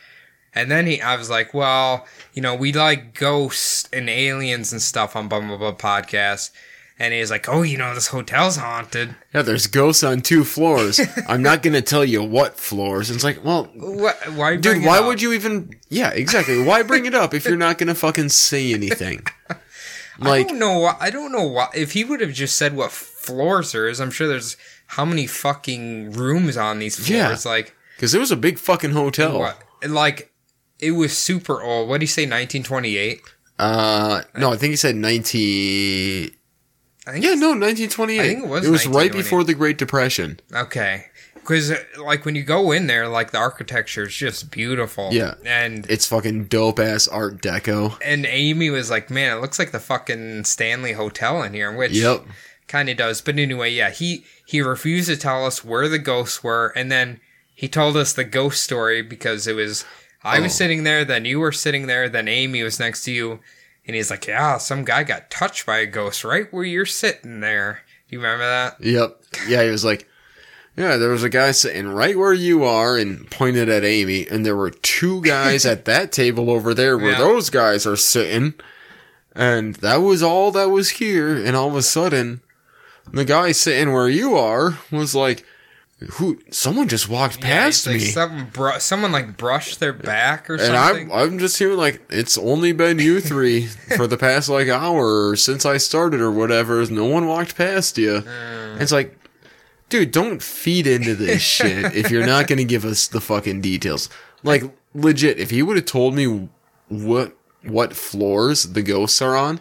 Speaker 2: And then he, I was like, well, you know, we like ghosts and aliens and stuff on Blah Blah Blah podcast, and he's like, oh, you know, this hotel's haunted.
Speaker 1: yeah. There's ghosts on two
Speaker 2: [LAUGHS]
Speaker 1: floors. I'm not gonna tell you what floors. And it's like, well,
Speaker 2: What? Why,
Speaker 1: dude, why would you even? Yeah, exactly. Why bring it up if you're not gonna fucking say anything?
Speaker 2: [LAUGHS] I
Speaker 1: Like,
Speaker 2: don't know. why- I don't know why. If he would have just said what floors there is, I'm sure there's how many fucking rooms on these
Speaker 1: Yeah. Oh.
Speaker 2: floors. Like
Speaker 1: because it was a big fucking hotel.
Speaker 2: what? Like it was super old. What do you say? 1928.
Speaker 1: Uh, no, I think he said 19.
Speaker 2: I think.
Speaker 1: Yeah, no, 1928.
Speaker 2: I think it was
Speaker 1: It was right
Speaker 2: 1928.
Speaker 1: before the Great Depression.
Speaker 2: Okay. Because like when you go in there, like the architecture is just beautiful.
Speaker 1: Yeah.
Speaker 2: And
Speaker 1: It's fucking dope ass Art Deco.
Speaker 2: and Amy was like, "Man, it looks like the fucking Stanley Hotel in here," which
Speaker 1: Yep.
Speaker 2: kind of does. But anyway, yeah, he he refused to tell us where the ghosts were, and then he told us the ghost story because it was I was
Speaker 1: Oh.
Speaker 2: sitting there, then you were sitting there, then Amy was next to you, and he's like, "Yeah, some guy got touched by a ghost right where you're sitting there." Do you remember that?
Speaker 1: Yep. Yeah, he was like, yeah, there was a guy sitting right where you are and pointed at Amy, and there were two guys at that table over there where
Speaker 2: Yeah.
Speaker 1: those guys are sitting. And that was all that was here, and all of a sudden, the guy sitting where you are was like, who? Someone just walked
Speaker 2: Yeah,
Speaker 1: past
Speaker 2: it's like
Speaker 1: me.
Speaker 2: Someone, bru- someone like brushed their back or
Speaker 1: and
Speaker 2: something.
Speaker 1: I'm, I'm just hearing like it's only been you
Speaker 2: [LAUGHS]
Speaker 1: three for the past like hour since I started or whatever. No one walked past
Speaker 2: Uh.
Speaker 1: you. And It's like, dude, don't feed into
Speaker 2: [LAUGHS]
Speaker 1: this shit if you're not gonna give us the fucking details. Like legit, if he would have told me what what floors the ghosts are on,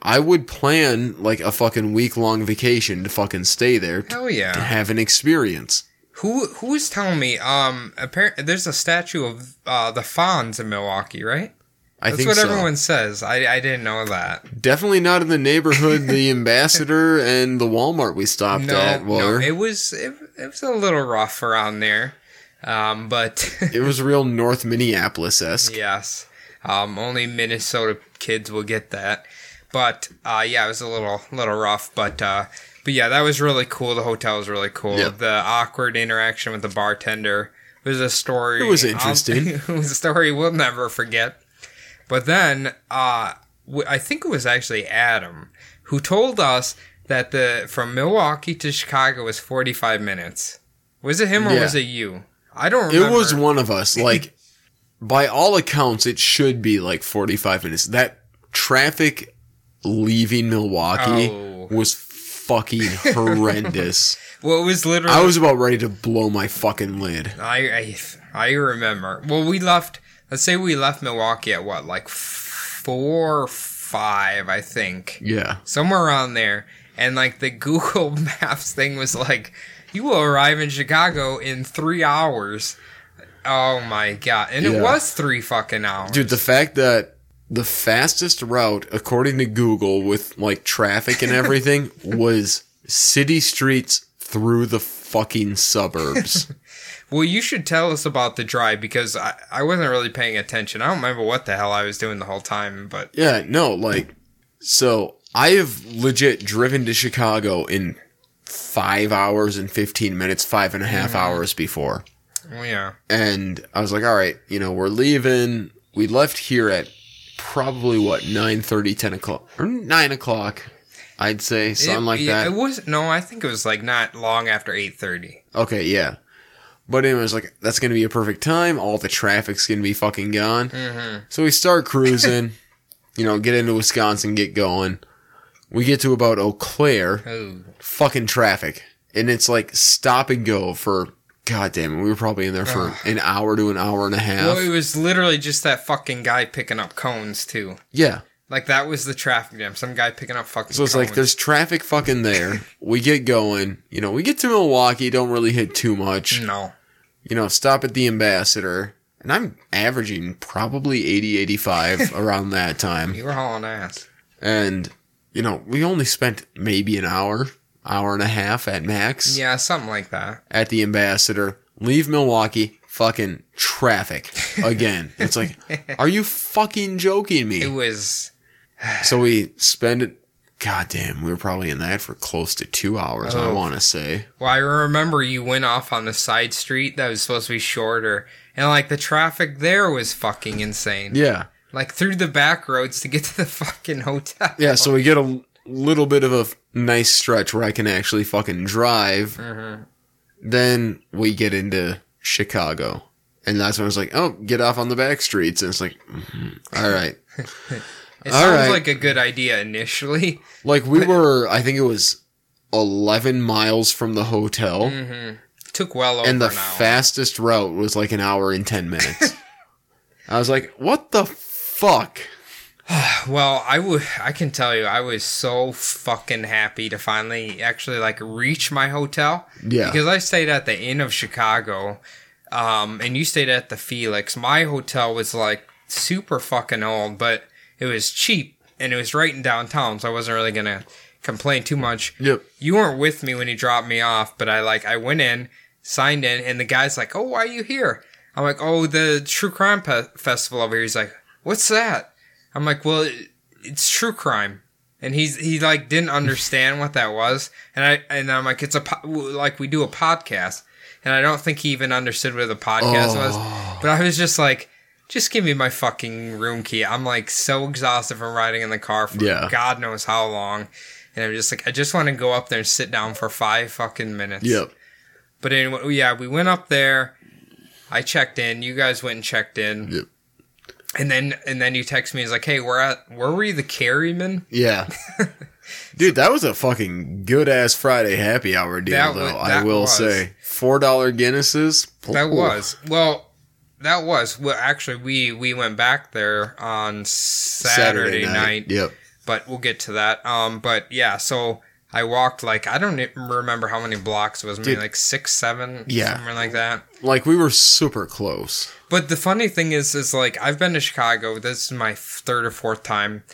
Speaker 1: I would plan like a fucking week long vacation to fucking stay there to
Speaker 2: Hell yeah.
Speaker 1: to have an experience.
Speaker 2: Who who was telling me? Um, apparently there's a statue of uh, the Fonz in Milwaukee, right?
Speaker 1: I
Speaker 2: That's
Speaker 1: think
Speaker 2: what
Speaker 1: so.
Speaker 2: everyone says. I I didn't know that.
Speaker 1: Definitely not in the
Speaker 2: [LAUGHS]
Speaker 1: neighborhood the ambassador and the Walmart we stopped at were.
Speaker 2: No,
Speaker 1: it,
Speaker 2: it was it, it was a little rough around there, um, but [LAUGHS]
Speaker 1: was real North Minneapolis esque.
Speaker 2: yes, um, only Minnesota kids will get that. But uh, yeah, it was a little little rough, but uh, but yeah, that was really cool. The hotel was really cool.
Speaker 1: Yeah.
Speaker 2: The awkward interaction with the bartender was a story.
Speaker 1: It was interesting.
Speaker 2: [LAUGHS] it was a story we'll never forget. But then uh, w- I think it was actually Adam who told us that the from Milwaukee to Chicago was 45 minutes. Was it him or
Speaker 1: Yeah.
Speaker 2: was it you? I don't remember.
Speaker 1: It was one of
Speaker 2: [LAUGHS]
Speaker 1: us. Like, by all accounts, it should be like 45 minutes. That traffic leaving Milwaukee
Speaker 2: Oh.
Speaker 1: was
Speaker 2: [LAUGHS]
Speaker 1: fucking horrendous.
Speaker 2: Well, it was literally
Speaker 1: I was about ready to blow my fucking lid.
Speaker 2: I, I I remember. Well, we left. Let's say we left Milwaukee at what, like four, f- five, I think,
Speaker 1: Yeah.
Speaker 2: somewhere around there. And like the [LAUGHS] Google Maps thing was like, you will arrive in Chicago in three hours. Oh my god! And
Speaker 1: Yeah.
Speaker 2: it was three fucking hours.
Speaker 1: Dude, the fact that the fastest route, according to Google, with like traffic and
Speaker 2: [LAUGHS]
Speaker 1: everything, was city streets through the fucking
Speaker 2: [LAUGHS]
Speaker 1: suburbs.
Speaker 2: Well, you should tell us about the drive because I, I wasn't really paying attention. I don't remember what the hell I was doing the whole time, but
Speaker 1: yeah, no, like, so I have legit driven to Chicago in five hours and 15 minutes, five and a
Speaker 2: Mm-hmm.
Speaker 1: half hours before.
Speaker 2: well, yeah.
Speaker 1: and I was like, all right, you know, we're leaving. We left here at probably what 9 10 o'clock or 9 o'clock, I'd say, something
Speaker 2: It-
Speaker 1: like
Speaker 2: yeah,
Speaker 1: that.
Speaker 2: It was no, I think it was like not long after eight thirty.
Speaker 1: okay, yeah. But anyway, I was like, that's gonna be a perfect time. All the traffic's gonna be fucking gone. So we start cruising, you know, get into Wisconsin, get going. We get to about Eau Claire,
Speaker 2: Oh,
Speaker 1: fucking traffic, and it's like stop and go for. God damn it, we were probably in there for an hour to an hour and a half.
Speaker 2: well, it was literally just that fucking guy picking up cones too.
Speaker 1: yeah.
Speaker 2: Like that was the traffic jam. Some guy picking up fucking.
Speaker 1: So it's like
Speaker 2: cones.
Speaker 1: there's traffic fucking there. We get going. You know, we get to Milwaukee, don't really hit too much.
Speaker 2: no.
Speaker 1: You know, stop at the Ambassador. And I'm averaging probably 80,
Speaker 2: [LAUGHS]
Speaker 1: 85 around that time.
Speaker 2: You were hauling ass.
Speaker 1: And, you know, we only spent maybe an hour, hour and a half at max
Speaker 2: Yeah, something like that.
Speaker 1: at the Ambassador. Leave Milwaukee, fucking
Speaker 2: [LAUGHS]
Speaker 1: traffic again. it's like, are you fucking joking me?
Speaker 2: It was.
Speaker 1: So we spend it. God damn, we were probably in that for close to two hours. I
Speaker 2: Oh.
Speaker 1: want to say.
Speaker 2: Well, I remember you went off on the side street that was supposed to be shorter, and like the traffic there was fucking insane.
Speaker 1: Yeah,
Speaker 2: like through the back roads to get to the [LAUGHS] fucking hotel.
Speaker 1: yeah. So we get a little bit of a f- nice stretch where I can actually fucking drive.
Speaker 2: Mm-hmm.
Speaker 1: Then we get into Chicago, and that's when I was like, "Oh, get off on the back streets." And it's like, mhm, all right,
Speaker 2: It
Speaker 1: All
Speaker 2: sounds
Speaker 1: right.
Speaker 2: like a good idea initially.
Speaker 1: like we were. I think it was eleven miles from the hotel,
Speaker 2: Mm-hmm. Took well Mm, over
Speaker 1: Oh. and the
Speaker 2: an hour.
Speaker 1: fastest route was like an hour and ten
Speaker 2: [LAUGHS]
Speaker 1: minutes. I was like, "What the fuck."
Speaker 2: well, I would. I can tell you, I was so fucking happy to finally actually like reach my hotel.
Speaker 1: Yeah.
Speaker 2: Because I stayed at the Inn of Chicago, um, and you stayed at the Felix. My hotel was like super fucking old, but it was cheap and it was right in downtown, so I wasn't really gonna complain too much.
Speaker 1: Yep.
Speaker 2: you weren't with me when you dropped me off, but I like I went in, signed in, and the guy's like, "Oh, why are you here?" I'm like, "Oh, the True Crime pe- Festival over here." He's like, "What's that?" I'm like, "Well, it, it's true crime," and he's he like didn't understand what that was, and I and I'm like, "It's a po- like we do a podcast," and I don't think he even understood what the podcast was, but I was just like. Just give me my fucking room key. I'm like so exhausted from riding in the car for
Speaker 1: Yeah.
Speaker 2: God knows how long. And I'm just like, I just want to go up there and sit down for five fucking minutes.
Speaker 1: Yep.
Speaker 2: But anyway, oh, yeah, we went up there. I checked in. You guys went and checked in.
Speaker 1: Yep.
Speaker 2: And then and then you text me. He's like, Hey, we're at. Where were you, the Carryman? [LAUGHS]
Speaker 1: Yeah. Dude, that was a fucking good ass Friday happy hour deal,
Speaker 2: That
Speaker 1: though.
Speaker 2: wa-
Speaker 1: I
Speaker 2: that
Speaker 1: will
Speaker 2: was.
Speaker 1: say, four dollar Guinnesses.
Speaker 2: That
Speaker 1: Ooh.
Speaker 2: was well. That was well. Actually, we we went back there on Saturday, night.
Speaker 1: Yep.
Speaker 2: but we'll get to that. Um, but yeah, so I walked like I don't e- remember how many blocks it was, maybe
Speaker 1: Dude.
Speaker 2: like six, seven,
Speaker 1: Yeah.
Speaker 2: something like that.
Speaker 1: Like we were super close.
Speaker 2: But the funny thing is, is like I've been to Chicago. This is my third or fourth time,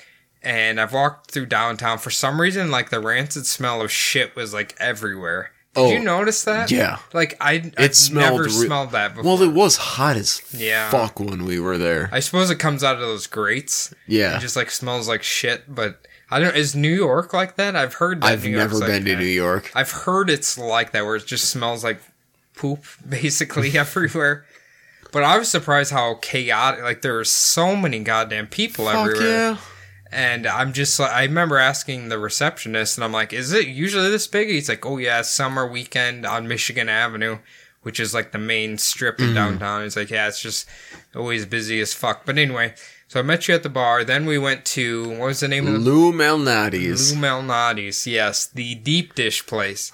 Speaker 2: and I've walked through downtown. For some reason, like the rancid smell of shit was like everywhere. Did
Speaker 1: Oh,
Speaker 2: you notice that?
Speaker 1: yeah.
Speaker 2: Like I,
Speaker 1: It
Speaker 2: I've
Speaker 1: smelled
Speaker 2: never
Speaker 1: re-
Speaker 2: smelled that before.
Speaker 1: Well, it was hot as
Speaker 2: Yeah.
Speaker 1: fuck when we were there.
Speaker 2: I suppose it comes out of those grates.
Speaker 1: yeah.
Speaker 2: It just like smells like shit. But I don't. Is New York like that? I've heard. That
Speaker 1: I've
Speaker 2: New York's
Speaker 1: never
Speaker 2: like
Speaker 1: been to
Speaker 2: that.
Speaker 1: New York.
Speaker 2: I've heard it's like that, where it just smells like poop [LAUGHS]
Speaker 1: [LAUGHS]
Speaker 2: basically everywhere. But I was surprised how chaotic. Like there were so many goddamn people
Speaker 1: Fuck
Speaker 2: everywhere,
Speaker 1: yeah.
Speaker 2: and I'm just like, I remember asking the receptionist, and I'm like, "Is it usually this big?" He's like, "Oh yeah, summer weekend on Michigan Avenue." Which is like the main strip
Speaker 1: Mm.
Speaker 2: in downtown. He's like, yeah, it's just always busy as fuck. But anyway, so I met you at the bar. Then we went to what was the name of the
Speaker 1: Lou Malnati's.
Speaker 2: Lou Malnati's, yes, the deep dish
Speaker 1: [SIGHS]
Speaker 2: place.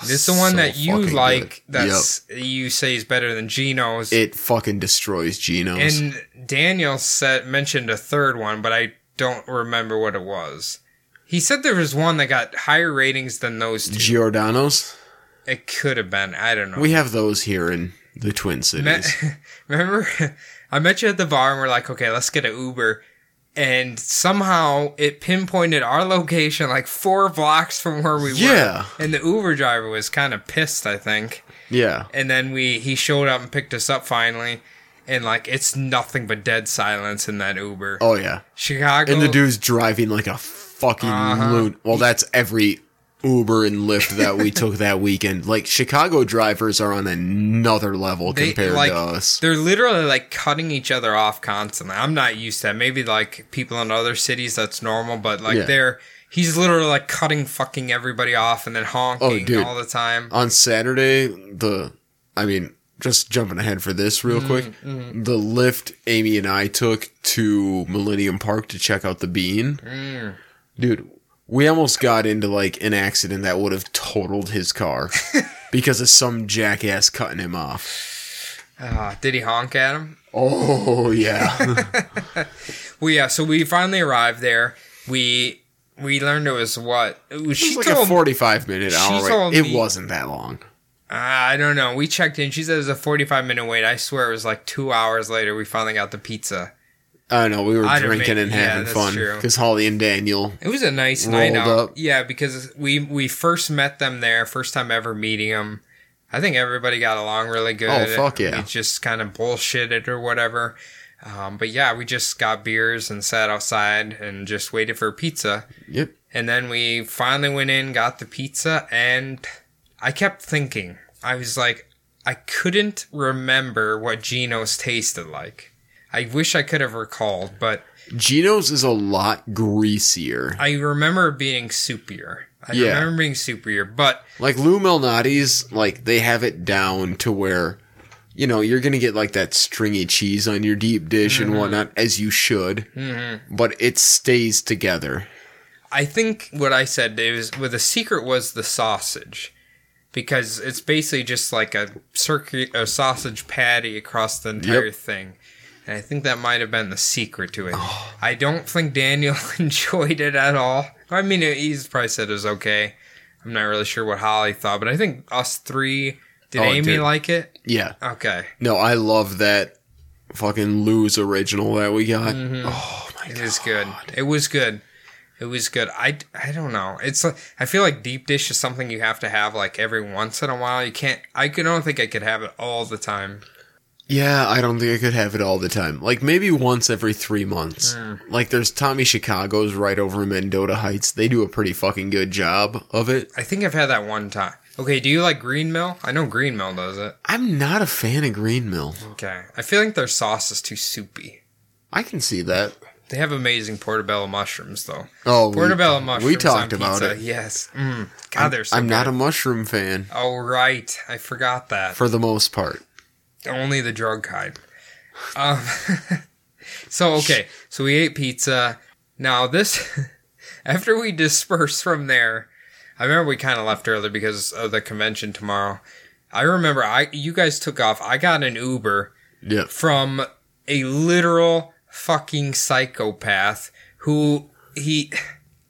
Speaker 2: this is the one
Speaker 1: So
Speaker 2: that you
Speaker 1: fucking good.
Speaker 2: like. That's you say is better than Gino's.
Speaker 1: It fucking destroys Geno's.
Speaker 2: and Daniel said mentioned a third one, but I don't remember what it was. He said there was one that got higher ratings than those two.
Speaker 1: Giordano's.
Speaker 2: It could have been. I don't know.
Speaker 1: We have those here in the Twin
Speaker 2: Me- [LAUGHS]
Speaker 1: Cities.
Speaker 2: remember, I met you at the bar and we're like, okay, let's get an Uber. And somehow it pinpointed our location like four blocks from where we
Speaker 1: Yeah.
Speaker 2: were. And the Uber driver was kind of pissed, I think.
Speaker 1: yeah.
Speaker 2: And then we he showed up and picked us up finally. And like it's nothing but dead silence in that Uber.
Speaker 1: Oh yeah.
Speaker 2: Chicago.
Speaker 1: And the dude's driving like a fucking
Speaker 2: Uh-huh.
Speaker 1: loon. Well, that's every Uber and Lyft that we
Speaker 2: [LAUGHS]
Speaker 1: took that weekend. Like Chicago drivers are on another level
Speaker 2: they,
Speaker 1: compared
Speaker 2: like,
Speaker 1: to us.
Speaker 2: They're literally like cutting each other off constantly. I'm not used to that. Maybe like people in other cities that's normal, but like
Speaker 1: Yeah.
Speaker 2: they're he's literally like cutting fucking everybody off and then honking
Speaker 1: Oh, dude.
Speaker 2: all the time.
Speaker 1: On Saturday, the I mean, just jumping ahead for this
Speaker 2: Mm,
Speaker 1: real quick. The Lyft Amy and I took to Millennium Park to check out the bean. Dude, we almost got into like an accident that would have totaled his
Speaker 2: [LAUGHS]
Speaker 1: car because of some jackass cutting him off.
Speaker 2: Ah, did he honk at him?
Speaker 1: Oh [LAUGHS] yeah.
Speaker 2: Well, yeah. So we finally arrived there. We we learned it was what it was- she
Speaker 1: It's like
Speaker 2: told.
Speaker 1: a 45 minute hour.
Speaker 2: told
Speaker 1: wait.
Speaker 2: me-
Speaker 1: It wasn't that long.
Speaker 2: ah, I don't know. We checked in. She said it was a 45 minute wait. I swear it was like two hours later. We finally got the pizza.
Speaker 1: I don't know. We were
Speaker 2: I'd have
Speaker 1: drinking
Speaker 2: made-
Speaker 1: and
Speaker 2: yeah,
Speaker 1: having
Speaker 2: that's
Speaker 1: fun
Speaker 2: true.
Speaker 1: because Holly and Daniel.
Speaker 2: It was a nice night
Speaker 1: Rolled
Speaker 2: out.
Speaker 1: up.
Speaker 2: Yeah, because we we first met them there, first time ever meeting them. I think everybody got along really good.
Speaker 1: Oh, fuck yeah.
Speaker 2: We just kind of bullshitted or whatever. Um, but yeah, we just got beers and sat outside and just waited for pizza.
Speaker 1: Yep.
Speaker 2: And then we finally went in, got the pizza, and I kept thinking. I was like, I couldn't remember what Gino's tasted like. I wish I could have recalled, but
Speaker 1: Gino's is a lot greasier.
Speaker 2: I remember being soupier. I
Speaker 1: Yeah.
Speaker 2: remember being soupier, but
Speaker 1: Like Lou Malnati's, like they have it down to where, you know, you're gonna get like that stringy cheese on your deep dish and whatnot, as you should. But it stays together.
Speaker 2: I think what I said is well, the secret was the sausage. Because it's basically just like a circuit, a sausage patty across the entire
Speaker 1: Yep.
Speaker 2: thing, and I think that might have been the secret to it.
Speaker 1: Oh.
Speaker 2: I don't think Daniel [LAUGHS] enjoyed it at all. I mean, he's probably said it was okay. I'm not really sure what Holly thought, but I think us three did
Speaker 1: Oh, it
Speaker 2: Amy
Speaker 1: did.
Speaker 2: like it?
Speaker 1: Yeah.
Speaker 2: Okay,
Speaker 1: No, I love that fucking Lou's original that we got. Oh my
Speaker 2: It
Speaker 1: god.
Speaker 2: was good. It was good. It was good. I, I don't know. It's like, I feel like deep dish is something you have to have like every once in a while. You can't. I could- don't think I could have it all the time.
Speaker 1: Yeah, I don't think I could have it all the time. Like maybe once every three months. Like there's Tommy Chicago's right over in Mendota Heights. They do a pretty fucking good job of it.
Speaker 2: I think I've had that one time. Okay, do you like green mill? I know green mill does it.
Speaker 1: I'm not a fan of Green Mill.
Speaker 2: Okay, I feel like their sauce is too soupy.
Speaker 1: I can see that.
Speaker 2: They have amazing portobello mushrooms though.
Speaker 1: Oh, we-
Speaker 2: Portobello mushrooms.
Speaker 1: We talked
Speaker 2: on
Speaker 1: about
Speaker 2: pizza.
Speaker 1: it.
Speaker 2: Yes. Mm. God, they're so
Speaker 1: I'm not a
Speaker 2: good.
Speaker 1: mushroom fan
Speaker 2: Oh right, I forgot that.
Speaker 1: for the most part.
Speaker 2: Only the drug kind. Um, [LAUGHS] so okay, so we ate pizza. Now this, [LAUGHS] after we dispersed from there, I remember we kind of left early because of the convention tomorrow. I remember I you guys took off. I got an Uber
Speaker 1: Yeah.
Speaker 2: from a literal fucking psychopath who he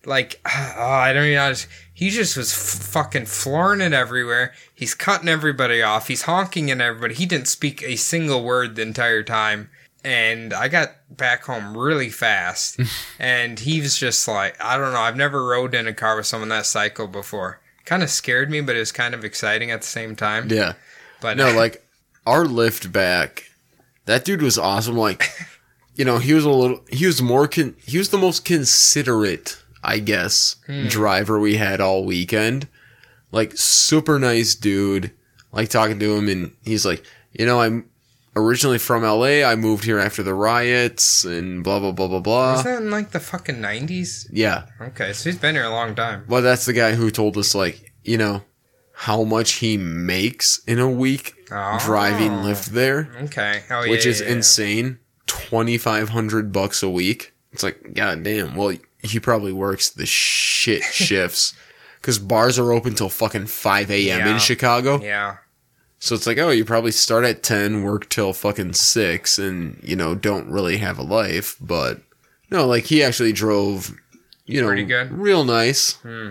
Speaker 2: like [SIGHS] oh, I don't even know. how to- He just was f- fucking flooring it everywhere. He's cutting everybody off. He's honking at everybody. He didn't speak a single word the entire time. And I got back home really fast.
Speaker 1: [LAUGHS]
Speaker 2: and he was just like, I don't know. I've never rode in a car with someone that psycho before. Kind of scared me, but it was kind of exciting at the same time.
Speaker 1: Yeah.
Speaker 2: But
Speaker 1: No, like our lift back, that dude was awesome. Like, [LAUGHS] you know, he was a little, he was more, con- he was the most considerate, I guess, driver we had all weekend. Like, super nice dude. Like, talking to him, and he's like, you know, I'm originally from LA. I moved here after the riots and blah, blah, blah, blah, blah.
Speaker 2: [LAUGHS] was that in like the fucking nineties?
Speaker 1: yeah.
Speaker 2: Okay, so he's been here a long time.
Speaker 1: Well, that's the guy who told us, like, you know, how much he makes in a week
Speaker 2: Oh.
Speaker 1: driving Lyft there.
Speaker 2: Okay. Oh, yeah,
Speaker 1: which is
Speaker 2: yeah, yeah.
Speaker 1: insane. Twenty five hundred bucks a week. It's like goddamn. Well, he probably works the
Speaker 2: [LAUGHS]
Speaker 1: shit shifts because bars are open till fucking five a.m.
Speaker 2: Yeah.
Speaker 1: in Chicago.
Speaker 2: Yeah.
Speaker 1: So it's like, oh, you probably start at ten, work till fucking six, and you know don't really have a life. But No, like he actually drove, you know,
Speaker 2: Pretty good.
Speaker 1: real nice.
Speaker 2: Hmm.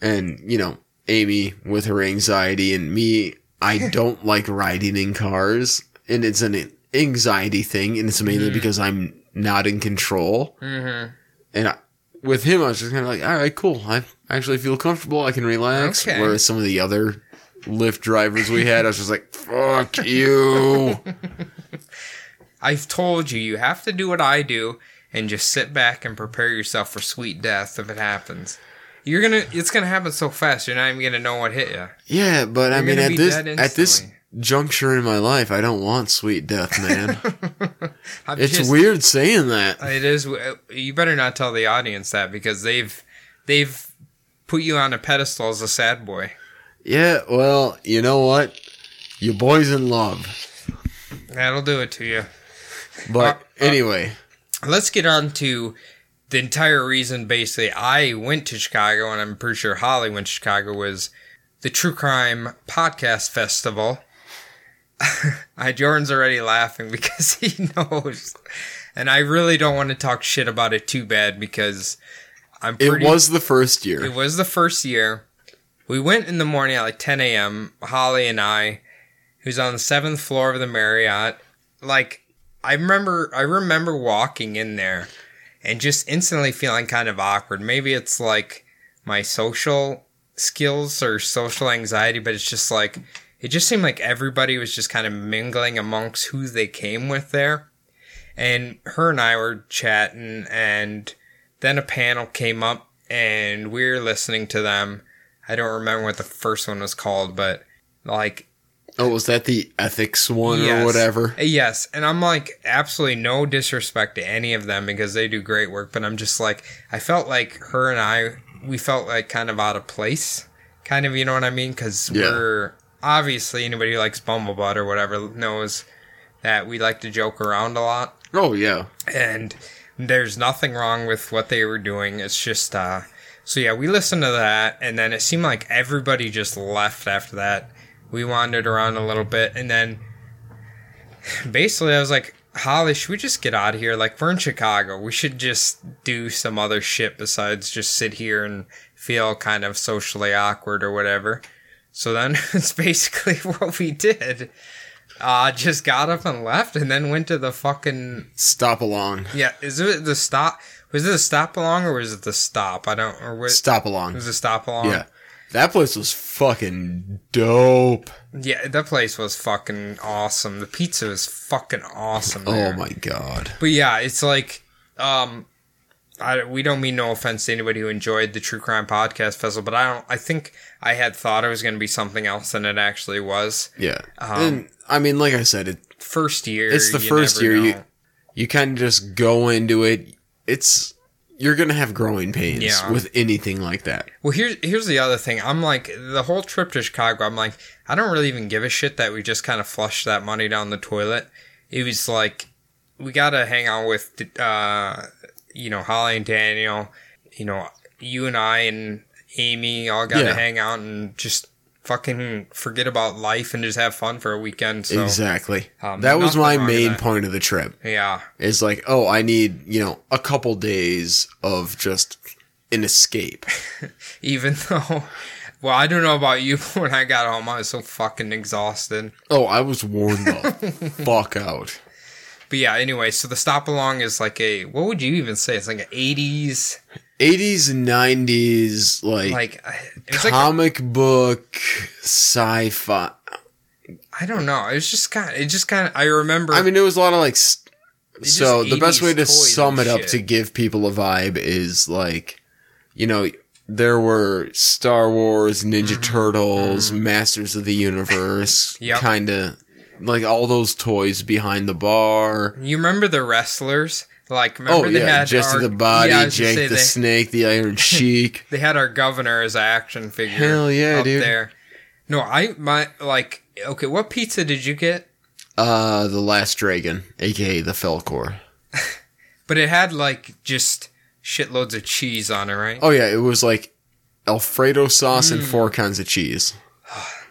Speaker 1: And you know, Amy with her anxiety, and me, I don't like riding in cars, and it's an anxiety thing, and it's mainly
Speaker 2: Mhm.
Speaker 1: because I'm not in control.
Speaker 2: Mm-hmm.
Speaker 1: And I, with him, I was just kind of like, all right, cool. I actually feel comfortable. I can relax.
Speaker 2: Okay.
Speaker 1: Whereas some of the other Lyft drivers we had, I was just like, fuck
Speaker 2: [LAUGHS]
Speaker 1: you.
Speaker 2: I've told you, you have to do what I do and just sit back and prepare yourself for sweet death if it happens. You're gonna, it's gonna happen so fast. You're not even gonna know what hit you.
Speaker 1: Yeah, but I
Speaker 2: You're
Speaker 1: mean,
Speaker 2: gonna
Speaker 1: at
Speaker 2: be
Speaker 1: this
Speaker 2: dead
Speaker 1: at this
Speaker 2: instantly.
Speaker 1: juncture in my life, I don't want sweet death,
Speaker 2: [LAUGHS]
Speaker 1: man.
Speaker 2: I've
Speaker 1: it's
Speaker 2: just-
Speaker 1: weird saying that.
Speaker 2: It is. You better not tell the audience that because they've, they've put you on a pedestal as a sad boy.
Speaker 1: Yeah, well, you know what? Your boy's in love.
Speaker 2: That'll do it to you.
Speaker 1: But
Speaker 2: Uh, uh,
Speaker 1: anyway,
Speaker 2: let's get on to the entire reason basically I went to Chicago and I'm pretty sure Holly went to Chicago was the True Crime Podcast Festival. [LAUGHS] I Jordan's already laughing [LAUGHS] because he knows. And I really don't want to talk shit about it too bad because I'm
Speaker 1: it
Speaker 2: pretty
Speaker 1: was the first year.
Speaker 2: it was the first year. We went in the morning at like 10 a.m. Holly and I, who's on the seventh floor of the Marriott. Like I remember, I remember walking in there and just instantly feeling kind of awkward. Maybe it's like my social skills or social anxiety, but it's just like it just seemed like everybody was just kind of mingling amongst who they came with there. And her and I were chatting, and then a panel came up, and we were listening to them. I don't remember what the first one was called, but like
Speaker 1: oh, was that the ethics one
Speaker 2: Yes.
Speaker 1: or whatever?
Speaker 2: Yes, and I'm like absolutely no disrespect to any of them because they do great work, but I'm just like I felt like her and I we felt like kind of out of place, kind of you know what I mean? Because
Speaker 1: Yeah.
Speaker 2: we're obviously anybody who likes Bumblebutt or whatever knows that we like to joke around a lot
Speaker 1: Oh yeah.
Speaker 2: and there's nothing wrong with what they were doing. It's just uh so yeah, we listened to that and then it seemed like everybody just left after that. We wandered around a little bit and then basically I was like, Holly, should we just get out of here? Like we're in Chicago. We should just do some other shit besides just sit here and feel kind of socially awkward or whatever. So then [LAUGHS] it's basically what we did. Uh, just got up and left and then went to the fucking
Speaker 1: Stop along.
Speaker 2: yeah, is it the stop? Was it the stop along or was it the stop? I don't. Or what?
Speaker 1: Stop along.
Speaker 2: was it stop along?
Speaker 1: Yeah. That place was fucking dope.
Speaker 2: yeah. That place was fucking awesome. The pizza was fucking awesome.
Speaker 1: Oh
Speaker 2: there.
Speaker 1: my god.
Speaker 2: But yeah, it's like, um, I we don't mean no offense to anybody who enjoyed the True Crime Podcast Festival, but I don't. I think I had thought it was going to be something else than it actually was.
Speaker 1: Yeah.
Speaker 2: Um,
Speaker 1: and I mean, like I said, it
Speaker 2: First year,
Speaker 1: It's the
Speaker 2: you
Speaker 1: first
Speaker 2: never
Speaker 1: year, you-
Speaker 2: know.
Speaker 1: you kind of just go into it. It's you're gonna have growing pains
Speaker 2: Yeah.
Speaker 1: with anything like that.
Speaker 2: Well, here's here's the other thing. I'm like the whole trip to Chicago. I'm like, I don't really even give a shit that we just kind of flushed that money down the toilet. It was like we gotta hang out with, uh, you know, Holly and Daniel. You know, you and I and Amy all gotta
Speaker 1: Yeah.
Speaker 2: hang out and just fucking forget about life and just have fun for a weekend. So
Speaker 1: exactly.
Speaker 2: um,
Speaker 1: that was
Speaker 2: nothing
Speaker 1: my
Speaker 2: wrong with
Speaker 1: main
Speaker 2: that.
Speaker 1: point of the trip.
Speaker 2: yeah, [LAUGHS]
Speaker 1: It's like, oh, I need you know a couple days of just an escape.
Speaker 2: even though. Well, I don't know about you, [LAUGHS] but when I got home, I was so fucking exhausted.
Speaker 1: Oh, I was worn
Speaker 2: [LAUGHS]
Speaker 1: the fuck out.
Speaker 2: But yeah, anyway, so the stop along is like a what would you even say? It's like an eighties,
Speaker 1: 80s and 90s, like,
Speaker 2: like uh, it's like
Speaker 1: comic book, sci-fi.
Speaker 2: I don't know. It was just kind. It just kind of. I remember.
Speaker 1: I mean, it was a lot of like. s
Speaker 2: It's
Speaker 1: so
Speaker 2: just
Speaker 1: the best
Speaker 2: 80s
Speaker 1: way to
Speaker 2: toys and
Speaker 1: sum it up
Speaker 2: shit.
Speaker 1: to give people a vibe is like, you know, there were Star Wars, Ninja Turtles, Masters of the Universe,
Speaker 2: Mm-hmm. [LAUGHS] Yep.
Speaker 1: kind of like all those toys behind the bar.
Speaker 2: you remember the wrestlers? Like
Speaker 1: Oh
Speaker 2: remember they
Speaker 1: yeah,
Speaker 2: had
Speaker 1: Jesse
Speaker 2: our,
Speaker 1: the Body,
Speaker 2: Yeah, I was gonna
Speaker 1: Jake
Speaker 2: say
Speaker 1: the
Speaker 2: they,
Speaker 1: Snake, the Iron
Speaker 2: [LAUGHS]
Speaker 1: Sheik.
Speaker 2: they had our governor as an action figure.
Speaker 1: Hell yeah,
Speaker 2: up
Speaker 1: dude.
Speaker 2: There. No, I my like okay. What pizza did you get?
Speaker 1: Uh, the Last Dragon, aka the Felcor.
Speaker 2: But it had like just shitloads of cheese on it, right? Mm.
Speaker 1: Oh yeah, it was like Alfredo sauce and four kinds of cheese.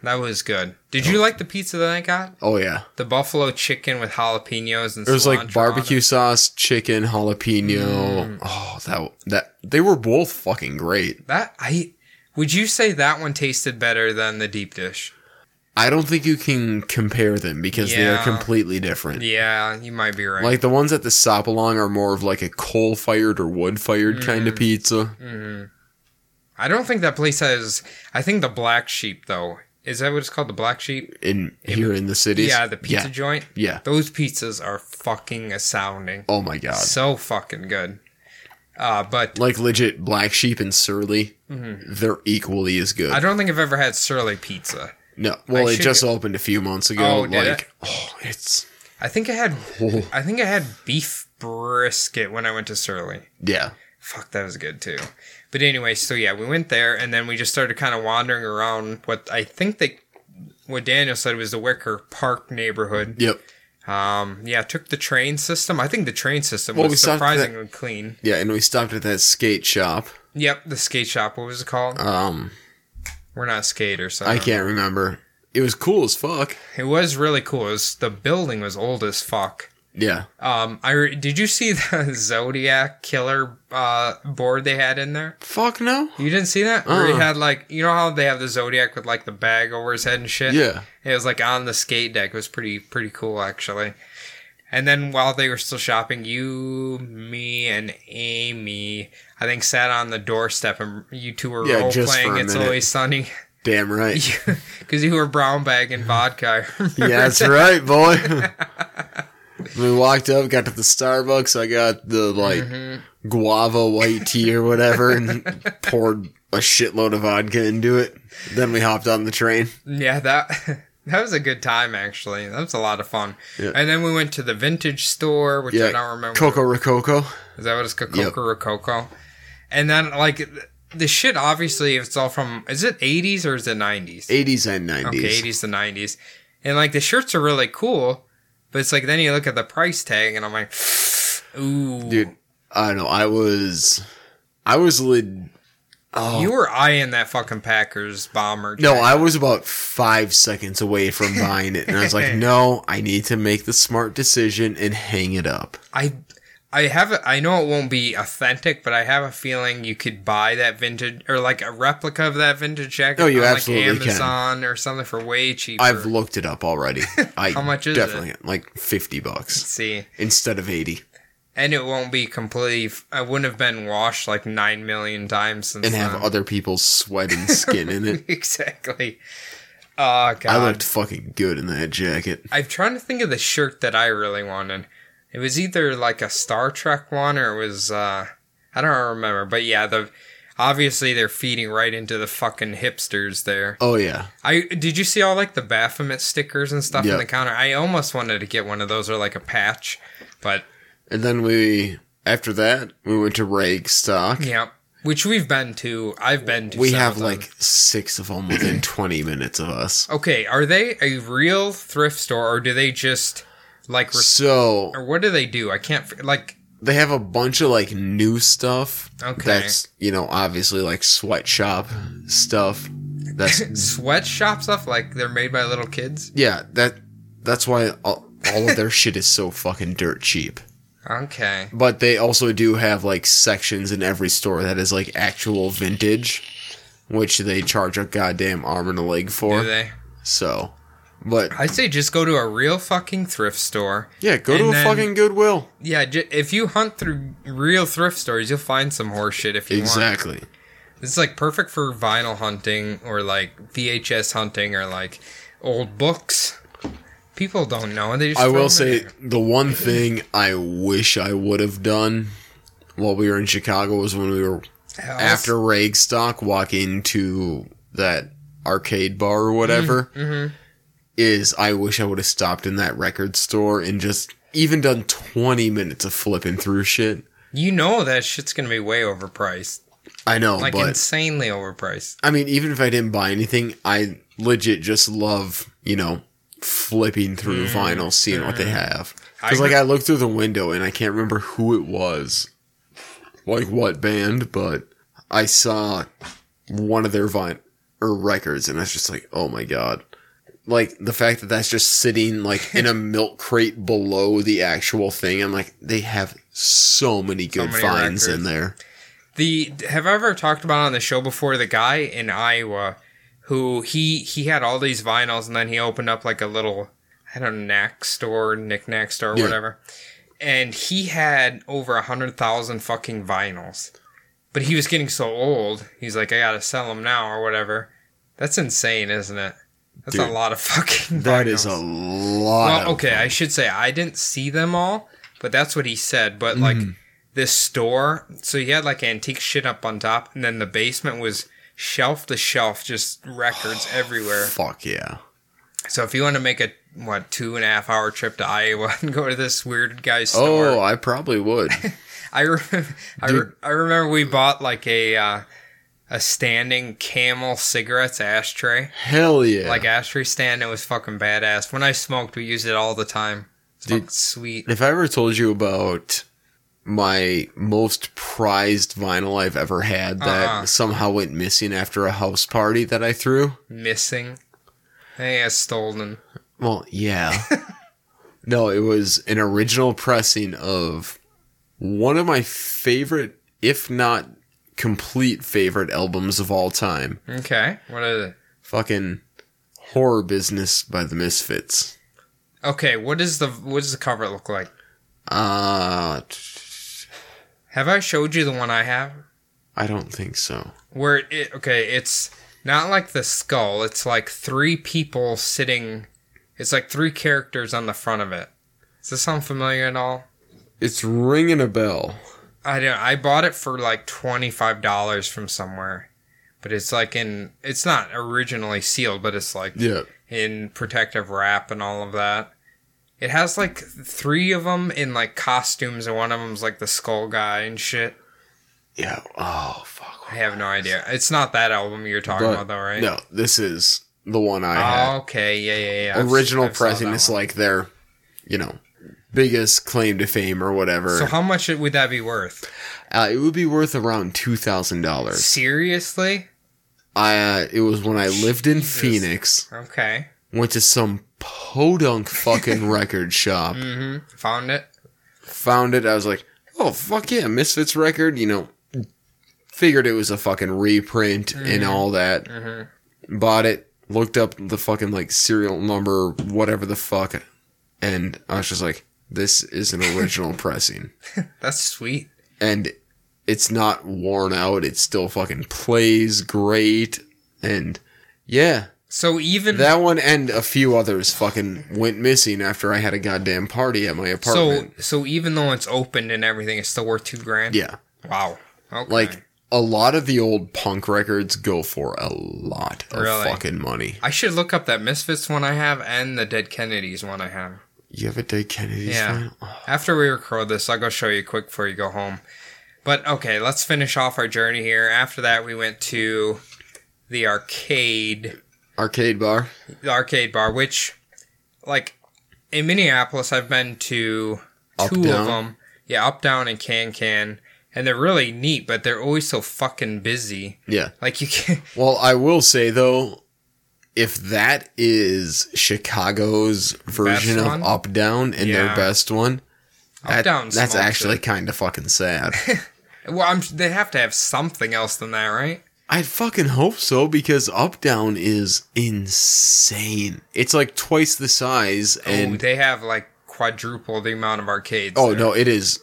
Speaker 2: that was good. Did you like the pizza that I got?
Speaker 1: Oh yeah,
Speaker 2: The buffalo chicken with jalapenos and
Speaker 1: it was
Speaker 2: cilantro on
Speaker 1: like
Speaker 2: it. Mm.
Speaker 1: barbecue sauce, chicken, jalapeno. Oh, that that they were both fucking great.
Speaker 2: That I would you say that one tasted better than the deep dish?
Speaker 1: I don't think you can compare them because they are
Speaker 2: Yeah.
Speaker 1: completely different.
Speaker 2: Yeah, you might be right.
Speaker 1: Like the ones at the stop along are more of like a coal fired or wood fired kind
Speaker 2: Mm.
Speaker 1: of pizza.
Speaker 2: I don't think that place has. I think the black sheep though. Is that what it's called? The black sheep?
Speaker 1: In here in the cities,
Speaker 2: Yeah, the pizza
Speaker 1: Yeah,
Speaker 2: joint.
Speaker 1: yeah.
Speaker 2: Those pizzas are fucking astounding.
Speaker 1: Oh my god!
Speaker 2: So fucking good. Uh, but
Speaker 1: Like legit black sheep and surly, they're equally as good.
Speaker 2: Mm-hmm. I don't think I've ever had Surly pizza.
Speaker 1: no, well,
Speaker 2: I
Speaker 1: it
Speaker 2: should
Speaker 1: just opened a few months ago.
Speaker 2: Oh, did
Speaker 1: like, oh, it's [LAUGHS]
Speaker 2: I think I had.
Speaker 1: oh,
Speaker 2: I think I had beef brisket when I went to Surly.
Speaker 1: yeah.
Speaker 2: Fuck, that was good too. But anyway, so yeah, we went there and then we just started kind of wandering around what I think they, what Daniel said was the Wicker Park neighborhood.
Speaker 1: Yep.
Speaker 2: Um, yeah, took the train system. I think the train system
Speaker 1: Well, we
Speaker 2: was
Speaker 1: stopped at that-
Speaker 2: surprisingly clean.
Speaker 1: Yeah, and we stopped at that skate shop.
Speaker 2: Yep, the skate shop. What was it called?
Speaker 1: Um,
Speaker 2: We're not skaters. So
Speaker 1: I can't remember. It was cool as fuck.
Speaker 2: It was really cool. It was, the building was old as fuck.
Speaker 1: Yeah.
Speaker 2: Um, I re- did you see [LAUGHS] the Zodiac killer uh board they had in there?
Speaker 1: Fuck no.
Speaker 2: You didn't see that? Where he
Speaker 1: Uh-uh.
Speaker 2: had like you know how they have the Zodiac with like the bag over his head and shit.
Speaker 1: Yeah.
Speaker 2: It was like on the skate deck. It was pretty pretty cool actually. And then while they were still shopping, you, me, and Amy, I think sat on the doorstep and you two were
Speaker 1: Yeah,
Speaker 2: role
Speaker 1: just for
Speaker 2: playing
Speaker 1: a
Speaker 2: It's
Speaker 1: minute.
Speaker 2: Always Sunny [LAUGHS]
Speaker 1: Damn right.
Speaker 2: because you were brown bagging vodka. I
Speaker 1: [LAUGHS]
Speaker 2: remember
Speaker 1: Yeah, that's right, boy. we walked up, got to the Starbucks. I got the like
Speaker 2: Mm-hmm.
Speaker 1: guava white tea or whatever, and
Speaker 2: [LAUGHS]
Speaker 1: poured a shitload of vodka into it. Then we hopped on the train.
Speaker 2: [LAUGHS] Yeah, that [LAUGHS] that was a good time actually. That was a lot of fun.
Speaker 1: Yeah.
Speaker 2: And then we went to the vintage store, which I don't
Speaker 1: Yeah,
Speaker 2: remember.
Speaker 1: Coco Rococo.
Speaker 2: Is that what it's called?
Speaker 1: Yep.
Speaker 2: Coco Rococo. And then like th- the shit obviously it's all from is it 80s or is it 90s?
Speaker 1: Eighties and nineties.
Speaker 2: Okay, 80s to 90s. And like the shirts are really cool, but it's like then you look at the price tag and I'm like [SIGHS] ooh.
Speaker 1: Dude, I don't know. I was, I was lid. Oh
Speaker 2: You were eyeing that fucking Packers bomber.
Speaker 1: no,
Speaker 2: jacket.
Speaker 1: I was about five seconds away
Speaker 2: [LAUGHS]
Speaker 1: from buying it, and I was like, no, I need to make the smart decision and hang it up.
Speaker 2: I I have a, I know it won't be authentic, but I have a feeling you could buy that vintage or like a replica of that vintage jacket
Speaker 1: Oh, you
Speaker 2: on
Speaker 1: absolutely
Speaker 2: like
Speaker 1: can.
Speaker 2: Amazon or something for way cheaper.
Speaker 1: I've looked it up already. I
Speaker 2: [LAUGHS] How much is it?
Speaker 1: definitely like fifty bucks
Speaker 2: see,
Speaker 1: instead of eighty,
Speaker 2: and it won't be completely. I wouldn't have been washed like nine million times since
Speaker 1: and have
Speaker 2: then.
Speaker 1: other people's sweat and skin in it.
Speaker 2: [LAUGHS] exactly. Oh [LAUGHS] god,
Speaker 1: I looked fucking good in that jacket.
Speaker 2: I'm trying to think of the shirt that I really wanted. It was either like a Star Trek one or it was uh I don't remember, but yeah, the obviously they're feeding right into the fucking hipsters there.
Speaker 1: Oh yeah,
Speaker 2: I did you see all like the Baphomet stickers and stuff
Speaker 1: Yeah.
Speaker 2: on the counter? I almost wanted to get one of those or like a patch, but
Speaker 1: and then we after that we went to Ragstock.
Speaker 2: yeah, which we've been to. I've been to.
Speaker 1: We
Speaker 2: some
Speaker 1: have
Speaker 2: of them.
Speaker 1: like six of them
Speaker 2: [CLEARS THROAT]
Speaker 1: within twenty minutes of us.
Speaker 2: okay, are they a real thrift store or do they just like re-
Speaker 1: So
Speaker 2: or what do they do? I can't f- like
Speaker 1: they have a bunch of like new stuff.
Speaker 2: Okay.
Speaker 1: that's you know obviously like sweatshop stuff.
Speaker 2: [LAUGHS]
Speaker 1: That's
Speaker 2: sweatshop stuff like they're made by little kids.
Speaker 1: yeah that that's why all, all of their shit is so fucking dirt cheap.
Speaker 2: Okay.
Speaker 1: but they also do have like sections in every store that is like actual vintage, which they charge a goddamn arm and a leg
Speaker 2: Do
Speaker 1: for.
Speaker 2: they?
Speaker 1: So, but
Speaker 2: I say just go to a real fucking thrift store.
Speaker 1: yeah, go to
Speaker 2: And
Speaker 1: a
Speaker 2: then-
Speaker 1: fucking Goodwill.
Speaker 2: Yeah, j- if you hunt through real thrift stores, you'll find some horse shit if you want.
Speaker 1: Exactly.
Speaker 2: It's like perfect for vinyl hunting or like VHS hunting or like old books. People don't know. They just
Speaker 1: I
Speaker 2: throw
Speaker 1: will
Speaker 2: them in
Speaker 1: say
Speaker 2: there.
Speaker 1: the one thing I wish I would have done while we were in Chicago was when we were
Speaker 2: Hell,
Speaker 1: after Ragstock walking to that arcade bar or whatever is I wish I would have stopped in that record store and just even done 20 minutes of flipping through shit.
Speaker 2: you know that shit's gonna be way overpriced,
Speaker 1: I know,
Speaker 2: like
Speaker 1: but
Speaker 2: insanely overpriced.
Speaker 1: I mean even if I didn't buy anything, I legit just love, you know, flipping through vinyl seeing what they have. Cuz
Speaker 2: Mm, I
Speaker 1: like
Speaker 2: agree.
Speaker 1: I looked through the window and I can't remember who it was. Like what band, but I saw one of their vine or records, and that's just like, oh my god. Like the fact that that's just sitting like in a
Speaker 2: [LAUGHS]
Speaker 1: milk crate below the actual thing. I'm like, they have so many good
Speaker 2: many
Speaker 1: finds
Speaker 2: records.
Speaker 1: in there.
Speaker 2: The have I ever talked about on the show before the guy in Iowa who he he had all these vinyls and then he opened up like a little I don't know knack store, knickknack store, or
Speaker 1: Yeah.
Speaker 2: whatever, and he had over a hundred thousand fucking vinyls, but he was getting so old. He's like, I gotta sell them now or whatever. That's insane, isn't it? That's a
Speaker 1: Dude,
Speaker 2: lot of fucking.
Speaker 1: That
Speaker 2: vinyls.
Speaker 1: is a lot.
Speaker 2: Well,
Speaker 1: of-
Speaker 2: okay, I should say I didn't see them all, but that's what he said. But like this store, so he had like antique shit up on top, and then the basement was shelf to shelf, just [SIGHS] records everywhere.
Speaker 1: Fuck yeah.
Speaker 2: So if you want to make a what two and a half hour trip to Iowa [LAUGHS] and go to this weird guy's store,
Speaker 1: Oh, I probably
Speaker 2: [LAUGHS]
Speaker 1: would.
Speaker 2: I remember, I, re- I remember we bought like a uh, a standing Camel cigarettes ashtray,
Speaker 1: Hell yeah.
Speaker 2: like ashtray stand. It was fucking badass. When I smoked, we used it all the time. It's
Speaker 1: Dude.
Speaker 2: fucking sweet.
Speaker 1: If I ever told you about my most prized vinyl I've ever had that
Speaker 2: Uh-uh.
Speaker 1: somehow went missing after a house party that I threw,
Speaker 2: missing. I think it's stolen.
Speaker 1: well, yeah.
Speaker 2: [LAUGHS]
Speaker 1: no, it was an original pressing of one of my favorite, if not complete favorite albums of all time.
Speaker 2: Okay. What is it?
Speaker 1: Fucking Horror Business by the Misfits.
Speaker 2: Okay, what is the what does the cover look like?
Speaker 1: Uh, t-
Speaker 2: Have I showed you the one I have?
Speaker 1: I don't think so.
Speaker 2: Where it okay, it's not like the skull, it's like three people sitting it's like three characters on the front of it. Does this sound familiar at all?
Speaker 1: It's ringing a bell.
Speaker 2: I don't I bought it for like twenty five dollars from somewhere. But it's like in it's not originally sealed, but it's like
Speaker 1: Yeah.
Speaker 2: in protective wrap and all of that. It has like three of them in like costumes, and one of them's like the skull guy and shit.
Speaker 1: Yeah. Oh fuck.
Speaker 2: I have no idea. It's not that album you're talking
Speaker 1: But-
Speaker 2: about, though, right?
Speaker 1: No, this is the one I
Speaker 2: Oh, okay, yeah, yeah, yeah.
Speaker 1: had.
Speaker 2: I've-
Speaker 1: Original
Speaker 2: I've saw
Speaker 1: pressing
Speaker 2: that
Speaker 1: is
Speaker 2: one.
Speaker 1: like their, you know, biggest claim to fame or whatever.
Speaker 2: So how much would that be worth?
Speaker 1: uh, it would be worth around two thousand dollars.
Speaker 2: Seriously?
Speaker 1: I uh, it was when I lived in
Speaker 2: Jesus.
Speaker 1: Phoenix.
Speaker 2: Okay.
Speaker 1: Went to some podunk
Speaker 2: [LAUGHS]
Speaker 1: fucking record shop.
Speaker 2: Mm-hmm. Found it.
Speaker 1: Found it. I was like, oh fuck yeah, Misfits record. You know, figured it was a fucking reprint and all that.
Speaker 2: Mm-hmm.
Speaker 1: bought it, looked up the fucking like serial number, whatever the fuck, and I was just like, this is an
Speaker 2: [LAUGHS]
Speaker 1: original pressing.
Speaker 2: That's sweet.
Speaker 1: And it's not worn out, it still fucking plays great. And yeah,
Speaker 2: So even
Speaker 1: that one and a few others fucking went missing after I had a goddamn party at my
Speaker 2: so
Speaker 1: apartment.
Speaker 2: so even though it's opened and everything, it's still worth two grand.
Speaker 1: yeah,
Speaker 2: Wow. Okay.
Speaker 1: like a lot of the old punk records go for a lot of
Speaker 2: Really?
Speaker 1: fucking money.
Speaker 2: I should look up that Misfits one I have and the Dead Kennedys one I have.
Speaker 1: You have a Dick Kennedy's
Speaker 2: Yeah.
Speaker 1: vinyl?
Speaker 2: After we record this, I'll go show you quick before you go home. But okay, let's finish off our journey here. After that, we went to the arcade,
Speaker 1: Arcade bar.
Speaker 2: the arcade bar, which, like, in Minneapolis, I've been to
Speaker 1: Up,
Speaker 2: two of
Speaker 1: down?
Speaker 2: them. Yeah, Up Down and Can Can, and they're really neat, but they're always so fucking busy.
Speaker 1: Yeah.
Speaker 2: Like you can
Speaker 1: Well, I will say though, if that is Chicago's version of
Speaker 2: Best one?
Speaker 1: Up Down and
Speaker 2: Yeah.
Speaker 1: their best one,
Speaker 2: [LAUGHS] Up
Speaker 1: that-
Speaker 2: Down
Speaker 1: that's
Speaker 2: smokes
Speaker 1: actually kind of fucking sad.
Speaker 2: [LAUGHS] it. well, I'm they have to have something else than that, right?
Speaker 1: I fucking hope so because Up Down is insane. It's like twice the size,
Speaker 2: oh,
Speaker 1: and
Speaker 2: they have like quadruple the amount of arcades.
Speaker 1: oh
Speaker 2: there.
Speaker 1: no, it is.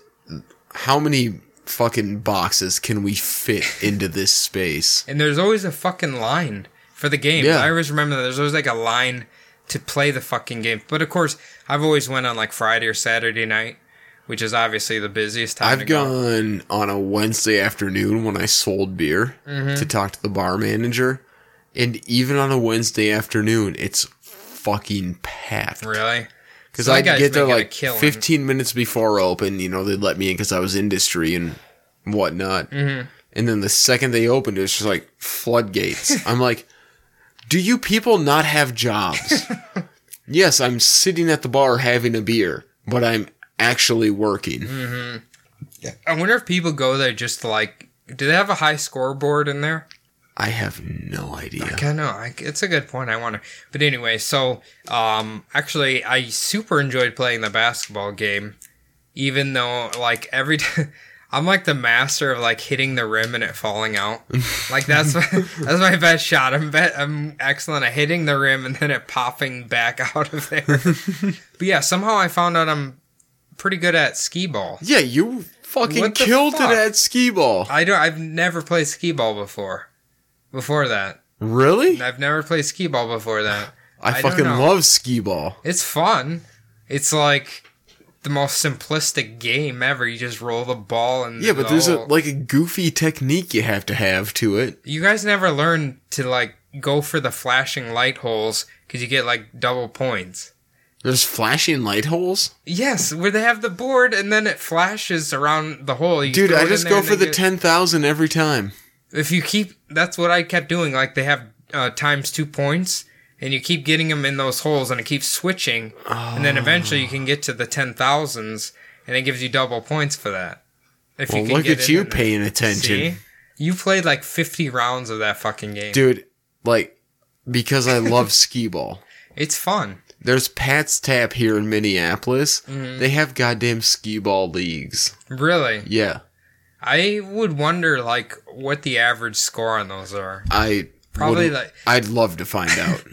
Speaker 1: How many fucking boxes can we fit into this space?
Speaker 2: And there's always a fucking line for the game.
Speaker 1: Yeah.
Speaker 2: I always remember that there's always like a line to play the fucking game. But of course, I've always went on like Friday or Saturday night, which is obviously the busiest time. to
Speaker 1: I've
Speaker 2: go.
Speaker 1: gone on a Wednesday afternoon when I sold beer
Speaker 2: Mm-hmm.
Speaker 1: to talk to the bar manager, and even on a Wednesday afternoon, it's fucking packed.
Speaker 2: really.
Speaker 1: Because
Speaker 2: So that
Speaker 1: I could
Speaker 2: guy's
Speaker 1: get there
Speaker 2: making a
Speaker 1: like
Speaker 2: killing.
Speaker 1: 15 minutes before open. You know, they'd let me in because I was industry and whatnot.
Speaker 2: Mm-hmm.
Speaker 1: And then the second they opened, it was just like
Speaker 2: [LAUGHS]
Speaker 1: floodgates. I'm like, do you people not have
Speaker 2: [LAUGHS]
Speaker 1: jobs? yes, I'm sitting at the bar having a beer, but I'm actually working.
Speaker 2: I wonder if people go there just to like. Do they have a high scoreboard in there?
Speaker 1: I have no idea.
Speaker 2: Like, I know. I, it's a good point. I wonder. But anyway, so um, actually, I super enjoyed playing the basketball game, even though like every time. [LAUGHS] I'm like the master of like hitting the rim and it falling out. Like that's my, that's my best shot. I'm bet I'm excellent at hitting the rim and then it popping back [LAUGHS] out of there. but yeah, somehow I found out I'm pretty good at skee ball.
Speaker 1: [LAUGHS] Yeah, you fucking
Speaker 2: What the
Speaker 1: killed
Speaker 2: fuck?
Speaker 1: it at skee ball.
Speaker 2: I don't. I've never played skee ball before. Before that,
Speaker 1: Really?
Speaker 2: I've never played skee ball before that.
Speaker 1: I,
Speaker 2: I don't
Speaker 1: fucking
Speaker 2: know.
Speaker 1: love skee ball.
Speaker 2: It's fun. It's like the most simplistic game ever. You just roll the ball and
Speaker 1: Yeah, but
Speaker 2: the
Speaker 1: there's a
Speaker 2: whole-
Speaker 1: like a goofy technique you have to have to it.
Speaker 2: you guys never learn to like go for the flashing light holes because you get like double points.
Speaker 1: There's flashing light holes.
Speaker 2: Yes, where they have the board and then it flashes around the hole. You
Speaker 1: Dude,
Speaker 2: throw it
Speaker 1: I
Speaker 2: in
Speaker 1: just
Speaker 2: there
Speaker 1: go
Speaker 2: and
Speaker 1: for
Speaker 2: they
Speaker 1: the
Speaker 2: get-
Speaker 1: 10,000 every time.
Speaker 2: if you keep that's what I kept doing. Like they have uh, times two points, and you keep getting them in those holes, and it keeps switching, and then eventually
Speaker 1: Oh.
Speaker 2: you can get to the ten thousands, and it gives you double points for that. If
Speaker 1: Oh, Well, look
Speaker 2: get
Speaker 1: at
Speaker 2: in
Speaker 1: you
Speaker 2: and-
Speaker 1: paying attention.
Speaker 2: See? You played like fifty rounds of that fucking game.
Speaker 1: Dude, like because I
Speaker 2: [LAUGHS]
Speaker 1: love skee ball.
Speaker 2: It's fun.
Speaker 1: There's Pat's Tap here in Minneapolis.
Speaker 2: Mm-hmm.
Speaker 1: They have goddamn skee ball leagues.
Speaker 2: Really,
Speaker 1: Yeah.
Speaker 2: I would wonder like what the average score on those are.
Speaker 1: I
Speaker 2: Probably
Speaker 1: wouldn't-
Speaker 2: like
Speaker 1: I'd love to
Speaker 2: [LAUGHS]
Speaker 1: find out.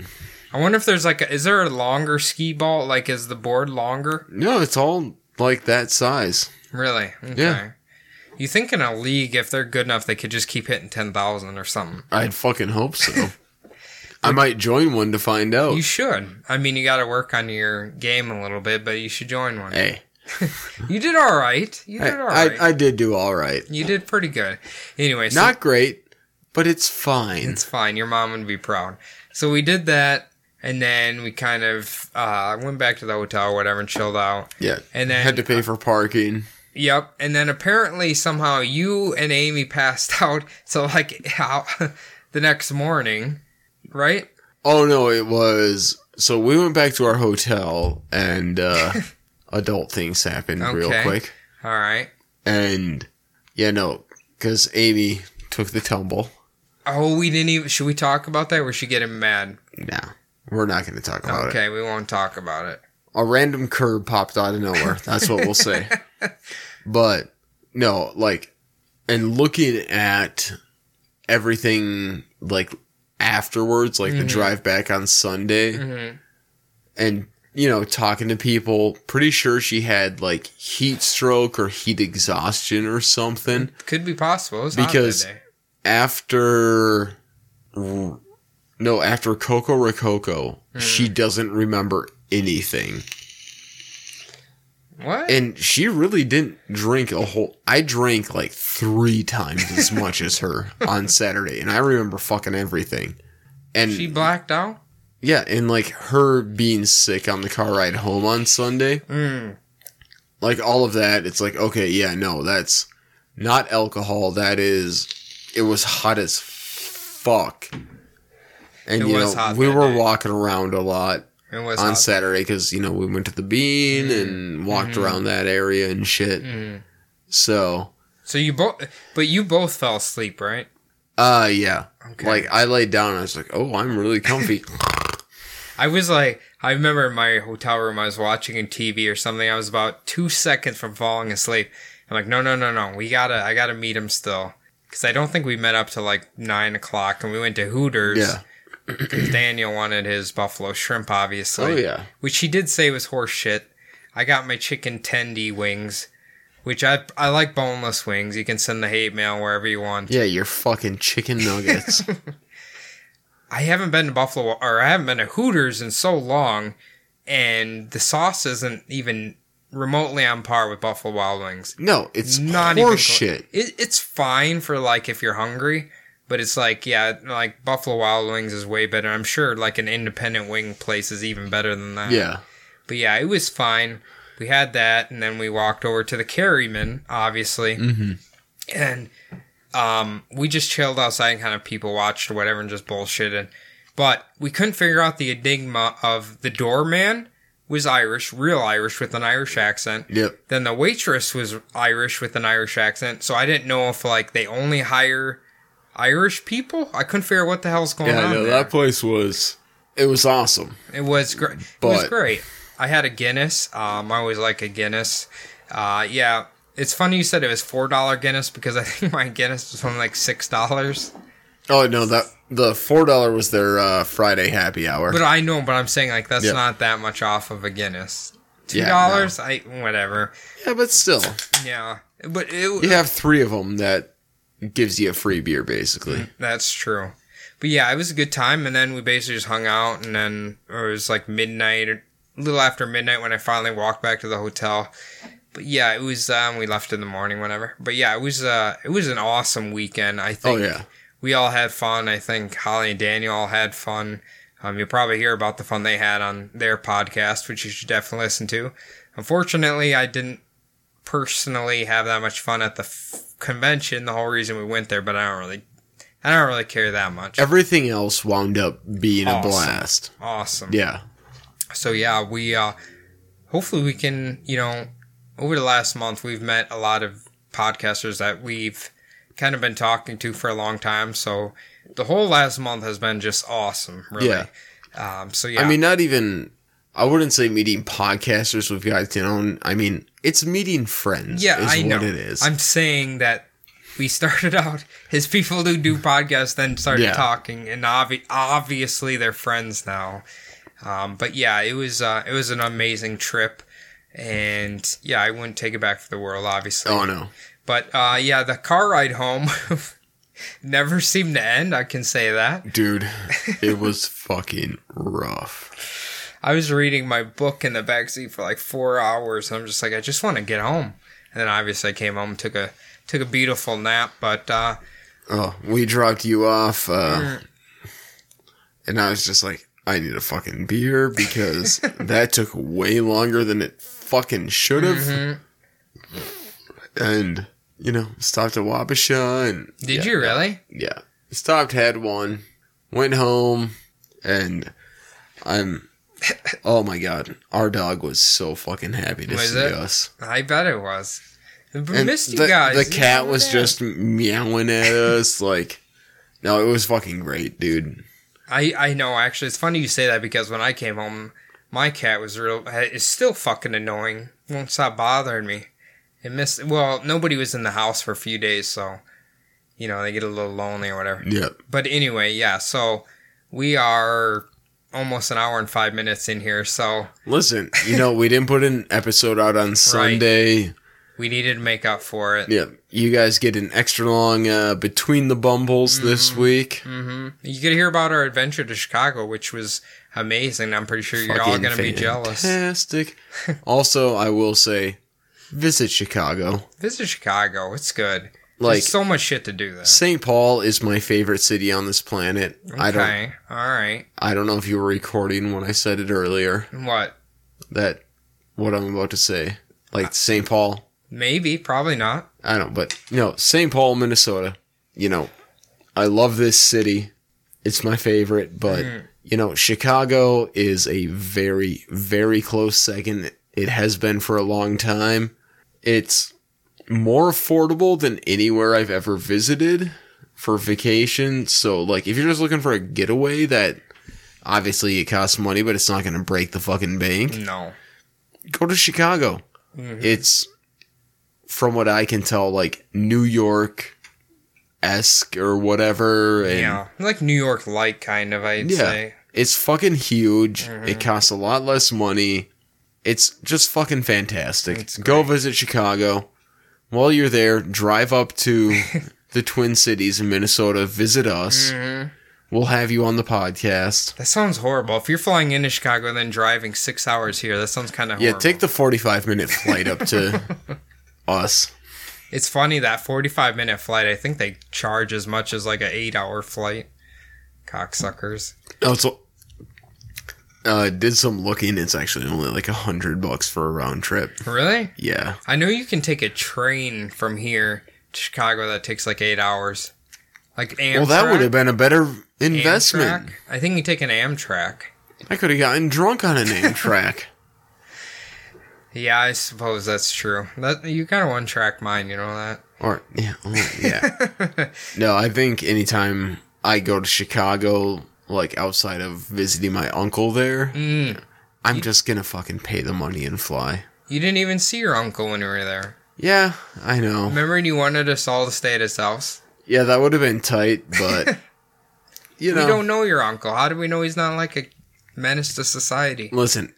Speaker 2: I wonder if there's like a, is there a longer ski ball? Like is the board longer?
Speaker 1: no, it's all like that size.
Speaker 2: Really? Okay.
Speaker 1: Yeah.
Speaker 2: You think in a league, if they're good enough, they could just keep hitting 10,000 or something.
Speaker 1: I'd fucking hope so. I might join one to find out.
Speaker 2: You should. I mean, you got to work on your game a little bit, but you should join one.
Speaker 1: hey,
Speaker 2: You did all right. You
Speaker 1: I,
Speaker 2: did all right.
Speaker 1: I, I did do all right.
Speaker 2: you did pretty good. Anyway, so
Speaker 1: Not great, but it's fine.
Speaker 2: it's fine. Your mom would be proud. So we did that, and then we kind of uh, went back to the hotel or whatever and chilled out.
Speaker 1: yeah,
Speaker 2: And then
Speaker 1: had to pay for parking.
Speaker 2: Yep. And then apparently somehow you and Amy [LAUGHS] passed out. So like how [LAUGHS] the next morning, right?
Speaker 1: Oh no, it was. So we went back to our hotel, and
Speaker 2: [LAUGHS]
Speaker 1: uh, adult things happened real
Speaker 2: Okay.
Speaker 1: quick.
Speaker 2: All right.
Speaker 1: And yeah, no, because Amy took the tumble.
Speaker 2: Oh, we didn't even. Should we talk about that? Or should we get him mad?
Speaker 1: Nah, we're not going to talk about it.
Speaker 2: okay, we won't talk about it.
Speaker 1: A random curb popped out of nowhere. That's what we'll say. But no, like, and looking at everything like afterwards, like the drive back on Sunday,
Speaker 2: Mm-hmm.
Speaker 1: and you know, talking to people, pretty sure she had like heat stroke or heat exhaustion or something.
Speaker 2: Could be possible. It was
Speaker 1: Because-
Speaker 2: because hot that day.
Speaker 1: after no after coco rococo she doesn't remember anything
Speaker 2: what?
Speaker 1: and she really didn't drink a whole i drank like three times
Speaker 2: [LAUGHS]
Speaker 1: as much as her on saturday and i remember fucking everything and
Speaker 2: she blacked out.
Speaker 1: yeah and like her being sick on the car ride home on sunday
Speaker 2: Mm.
Speaker 1: like all of that it's like okay yeah no that's not alcohol that is it was hot as fuck and
Speaker 2: It
Speaker 1: you
Speaker 2: was
Speaker 1: know
Speaker 2: hot
Speaker 1: we
Speaker 2: that
Speaker 1: were
Speaker 2: day.
Speaker 1: walking around a lot
Speaker 2: It
Speaker 1: on
Speaker 2: was hot. Mm-hmm.
Speaker 1: saturday because you know we went to the bean and walked around that area and shit
Speaker 2: Mm.
Speaker 1: so
Speaker 2: So you both, but you both fell asleep, right?
Speaker 1: uh yeah
Speaker 2: Okay.
Speaker 1: like i laid down and i was like oh i'm really [LAUGHS] comfy
Speaker 2: I was like, I remember in my hotel room, I was watching a TV or something. I was about two seconds from falling asleep. I'm like, no, no, no, no. We gotta, I gotta meet him still. Cause I don't think we met up till like nine o'clock and we went to Hooters.
Speaker 1: Yeah.
Speaker 2: 'Cause Daniel wanted his buffalo shrimp, obviously.
Speaker 1: oh yeah
Speaker 2: Which he did say was horse shit. I got my chicken tendy wings, which I, I like boneless wings. You can send the hate mail wherever you want.
Speaker 1: yeah your fucking chicken nuggets
Speaker 2: I haven't been to Buffalo or I haven't been to Hooters in so long, and the sauce isn't even remotely on par with Buffalo Wild Wings.
Speaker 1: [LAUGHS] no it's [LAUGHS]
Speaker 2: Not
Speaker 1: not
Speaker 2: even
Speaker 1: horse
Speaker 2: close.
Speaker 1: shit
Speaker 2: It, it's fine for like if you're hungry, but it's like yeah, like Buffalo Wild Wings is way better. I'm sure like an independent wing place is even better than that.
Speaker 1: yeah
Speaker 2: But yeah, it was fine. We had that, and then we walked over to the Carryman, obviously,
Speaker 1: Mhm.
Speaker 2: and um, we just chilled outside and kind of people watched or whatever and just bullshitted. But we couldn't figure out the enigma of the doorman was Irish, real Irish with an Irish accent.
Speaker 1: yep
Speaker 2: Then the waitress was Irish with an Irish accent, so I didn't know if like they only hire Irish people. I couldn't figure out what the hell's going
Speaker 1: Yeah,
Speaker 2: on.
Speaker 1: I know
Speaker 2: there.
Speaker 1: that place was. It was awesome.
Speaker 2: It was great. It was
Speaker 1: But-
Speaker 2: great. I had a Guinness. Um, I always like a Guinness. Uh, yeah, it's funny you said it was four dollar Guinness because I [LAUGHS] think my Guinness was only like six dollars.
Speaker 1: Oh no, that the four dollar was their uh, Friday happy hour.
Speaker 2: But I know, but I'm saying like that's
Speaker 1: Yeah.
Speaker 2: not that much off of a Guinness. Two
Speaker 1: Yeah, no.
Speaker 2: dollars, I whatever.
Speaker 1: yeah, but still,
Speaker 2: Yeah, but it,
Speaker 1: you have three of them that gives you a free beer basically.
Speaker 2: That's true. But yeah, it was a good time, and then we basically just hung out, and then it was like midnight, or a little after midnight when I finally walked back to the hotel. But yeah, it was. Um, we left in the morning, whatever. But yeah, it was. Uh, it was an awesome weekend. I
Speaker 1: Oh
Speaker 2: think
Speaker 1: yeah,
Speaker 2: we all had fun. I think Holly and Daniel all had fun. Um, you'll probably hear about the fun they had on their podcast, which you should definitely listen to. Unfortunately, I didn't personally have that much fun at the f- convention. The whole reason we went there, but I don't really, I don't really care that much.
Speaker 1: everything else wound up being
Speaker 2: Awesome.
Speaker 1: a blast.
Speaker 2: Awesome.
Speaker 1: Yeah,
Speaker 2: So yeah, we uh, hopefully we can you know over the last month we've met a lot of podcasters that we've kind of been talking to for a long time. So the whole last month has been just awesome, really.
Speaker 1: Yeah.
Speaker 2: Um, so yeah,
Speaker 1: I mean, not even. I wouldn't say meeting podcasters we've got to know. I mean, it's meeting friends.
Speaker 2: yeah,
Speaker 1: is
Speaker 2: I know.
Speaker 1: what it is.
Speaker 2: I'm saying that we started [LAUGHS] out as people who do podcasts, then started
Speaker 1: Yeah.
Speaker 2: talking, and obvi- obviously they're friends now. Um, but yeah, it was uh, it was an amazing trip, and yeah, I wouldn't take it back for the world, obviously.
Speaker 1: oh no,
Speaker 2: But uh, yeah, the car ride home [LAUGHS] never seemed to end. I can say that.
Speaker 1: dude,
Speaker 2: [LAUGHS]
Speaker 1: it was fucking rough.
Speaker 2: I was reading my book in the backseat for like four hours, and I'm just like, I just want to get home. And then obviously I came home, took a took a beautiful nap. But uh,
Speaker 1: Oh, we dropped you off,
Speaker 2: Mm.
Speaker 1: uh, and I was just like, I need a fucking beer
Speaker 2: [LAUGHS]
Speaker 1: because that took way longer than it fucking should have.
Speaker 2: Mm-hmm.
Speaker 1: And you know, stopped at Wabasha and
Speaker 2: did
Speaker 1: yeah,
Speaker 2: you really?
Speaker 1: yeah stopped had one went home and i'm oh my god our dog was so fucking happy to
Speaker 2: Was
Speaker 1: see
Speaker 2: it?
Speaker 1: us
Speaker 2: I bet it was. I
Speaker 1: and
Speaker 2: missed you
Speaker 1: the,
Speaker 2: guys.
Speaker 1: the cat was
Speaker 2: Yeah.
Speaker 1: just meowing at us like no it was fucking great dude
Speaker 2: I I know actually. It's funny you say that because when I came home, my cat was real. It's still fucking annoying. Won't stop bothering me. It missed. Well, nobody was in the house for a few days, so you know they get a little lonely or whatever.
Speaker 1: yeah
Speaker 2: But anyway, yeah. So we are almost an hour and five minutes in here, so
Speaker 1: listen you know we didn't put an episode
Speaker 2: [LAUGHS]
Speaker 1: out on sunday
Speaker 2: we needed to make up for it.
Speaker 1: yeah you guys get an extra long uh, between the bumbles this week
Speaker 2: hmm You could hear about our adventure to Chicago, which was amazing. I'm pretty sure you're all
Speaker 1: Fucking
Speaker 2: gonna be
Speaker 1: [LAUGHS]
Speaker 2: jealous.
Speaker 1: fantastic [LAUGHS] also i will say visit chicago
Speaker 2: Visit Chicago. It's good.
Speaker 1: like
Speaker 2: There's so much shit to do there.
Speaker 1: St. Paul is my favorite city on this planet. I don't
Speaker 2: Okay. All right.
Speaker 1: I don't know if you were recording when I said it earlier
Speaker 2: What?
Speaker 1: that what I'm about to say.
Speaker 2: Uh,
Speaker 1: Like St. Paul,
Speaker 2: Maybe. Probably not.
Speaker 1: I don't but no, St. Paul, Minnesota. You know, I love this city. It's my favorite, but you know, Chicago is a very very close second. It has been for a long time. It's more affordable than anywhere I've ever visited for vacation. So like if you're just looking for a getaway that obviously it costs money, but it's not going to break the fucking bank
Speaker 2: No. Mm-hmm.
Speaker 1: go to Chicago. It's from what I can tell, like New York esque or whatever. And
Speaker 2: Yeah. Like New York light kind of. I'd
Speaker 1: Yeah.
Speaker 2: say.
Speaker 1: It's fucking huge.
Speaker 2: Mm-hmm.
Speaker 1: It costs a lot less money. It's just fucking fantastic.
Speaker 2: It's
Speaker 1: go visit Chicago. While you're there, drive up
Speaker 2: [LAUGHS]
Speaker 1: to the Twin Cities in Minnesota. Visit us.
Speaker 2: Mm.
Speaker 1: We'll have you on the podcast.
Speaker 2: Mm-hmm. That sounds horrible. If you're flying into Chicago and then driving six hours here, that sounds kind of
Speaker 1: Yeah,
Speaker 2: horrible.
Speaker 1: take the 45 minute flight up
Speaker 2: [LAUGHS]
Speaker 1: to us.
Speaker 2: It's funny that 45 minute flight, I think they charge as much as like an eight hour flight. Cocksuckers.
Speaker 1: Also, Oh, uh, did some looking. It's actually only like a hundred bucks for a round trip.
Speaker 2: Really?
Speaker 1: Yeah,
Speaker 2: I know you can take a train from here to Chicago that takes like eight hours. Like Amtrak.
Speaker 1: well, that would have been a better investment.
Speaker 2: Amtrak? I think you take an Amtrak.
Speaker 1: I could have gotten drunk on a
Speaker 2: [LAUGHS]
Speaker 1: name track.
Speaker 2: Yeah, I suppose that's true. That you kind of one track mind, you know that.
Speaker 1: Or yeah, well, yeah.
Speaker 2: [LAUGHS]
Speaker 1: no, I think anytime I go to Chicago, like outside of visiting my uncle there,
Speaker 2: Mm.
Speaker 1: I'm just gonna fucking pay the money and fly.
Speaker 2: You didn't even see your uncle when we were there.
Speaker 1: Yeah, I know.
Speaker 2: Remember, you wanted us all to stay at his house.
Speaker 1: Yeah, that would have been tight,
Speaker 2: [LAUGHS]
Speaker 1: but you know,
Speaker 2: We don't know your uncle. How do we know he's not like a menace to society?
Speaker 1: listen,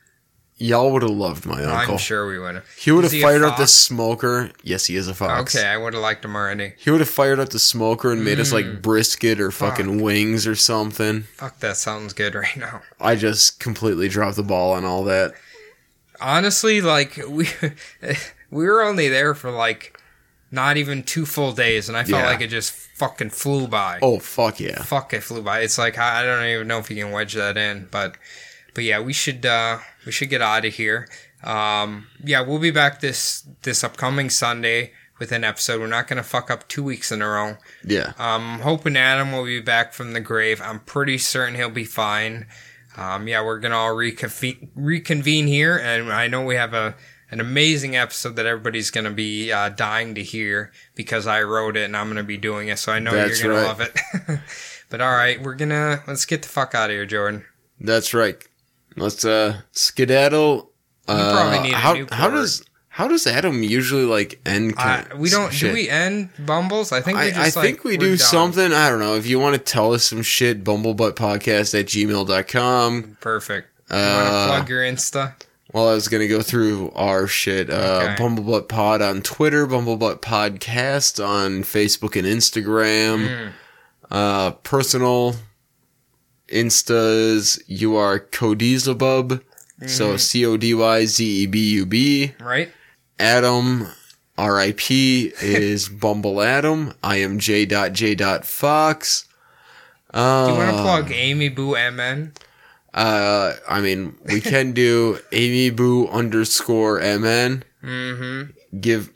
Speaker 1: y'all would have loved my uncle.
Speaker 2: I'm sure we would have.
Speaker 1: He would
Speaker 2: Is
Speaker 1: have
Speaker 2: he a
Speaker 1: fired up the
Speaker 2: fox?
Speaker 1: smoker. Yes, he is a fox.
Speaker 2: Okay, I would have liked him already.
Speaker 1: He would have fired up the smoker and made us
Speaker 2: Hmm.
Speaker 1: like brisket or fucking wings or something.
Speaker 2: Fuck, that sounds good [LAUGHS] right now.
Speaker 1: I just completely dropped the ball on all that.
Speaker 2: Honestly, like we [LAUGHS] we were only there for like not even two full days, and I felt
Speaker 1: Yeah.
Speaker 2: like it just fucking flew by.
Speaker 1: Oh fuck yeah.
Speaker 2: Fuck, it flew by. It's like I I don't even know if you can wedge that in, but but yeah, we should uh we should get out of here. Um, yeah, we'll be back this this upcoming Sunday with an episode. We're not gonna fuck up two weeks in a row.
Speaker 1: Yeah.
Speaker 2: I'm Um, hoping Adam will be back from the grave. I'm pretty certain he'll be fine. Um, yeah, we're gonna all reconvene, reconvene here, and I know we have a an amazing episode that everybody's gonna be uh, dying to hear because I wrote it and I'm gonna be doing it. So I know
Speaker 1: That's
Speaker 2: you're gonna
Speaker 1: right.
Speaker 2: love it. [LAUGHS] but all right, we're gonna let's get the fuck out of here, Jordan.
Speaker 1: That's right. Let's uh skedaddle. Uh,
Speaker 2: probably need a
Speaker 1: how,
Speaker 2: new
Speaker 1: how
Speaker 2: cord.
Speaker 1: does how does Adam usually like end?
Speaker 2: Uh,
Speaker 1: con-
Speaker 2: we don't
Speaker 1: shit?
Speaker 2: do we end Bumbles? I think we
Speaker 1: I,
Speaker 2: just,
Speaker 1: I
Speaker 2: like,
Speaker 1: think we
Speaker 2: we're
Speaker 1: do
Speaker 2: done.
Speaker 1: something. I don't know. If you want to tell us some shit, bumblebuttpodcast at gmail.com.
Speaker 2: Perfect. You
Speaker 1: Uh,
Speaker 2: wanna plug your Insta?
Speaker 1: Well, I was going to go through our shit. Uh,
Speaker 2: Okay.
Speaker 1: Bumblebutt Pod on Twitter, Bumblebutt Podcast on Facebook and
Speaker 2: Mm.
Speaker 1: Instagram.
Speaker 2: Hmm,
Speaker 1: Uh, personal Instas, you are Codizabub.
Speaker 2: Mm-hmm.
Speaker 1: So C O D Y Z E B U B.
Speaker 2: Right?
Speaker 1: Adam, RIP,
Speaker 2: [LAUGHS]
Speaker 1: is Bumble Adam. I am J.J.Fox. Uh,
Speaker 2: Do you wanna plug Amy Boo MN?
Speaker 1: Uh, I mean, we can do Amy Boo underscore MN.
Speaker 2: Mm-hmm.
Speaker 1: Give,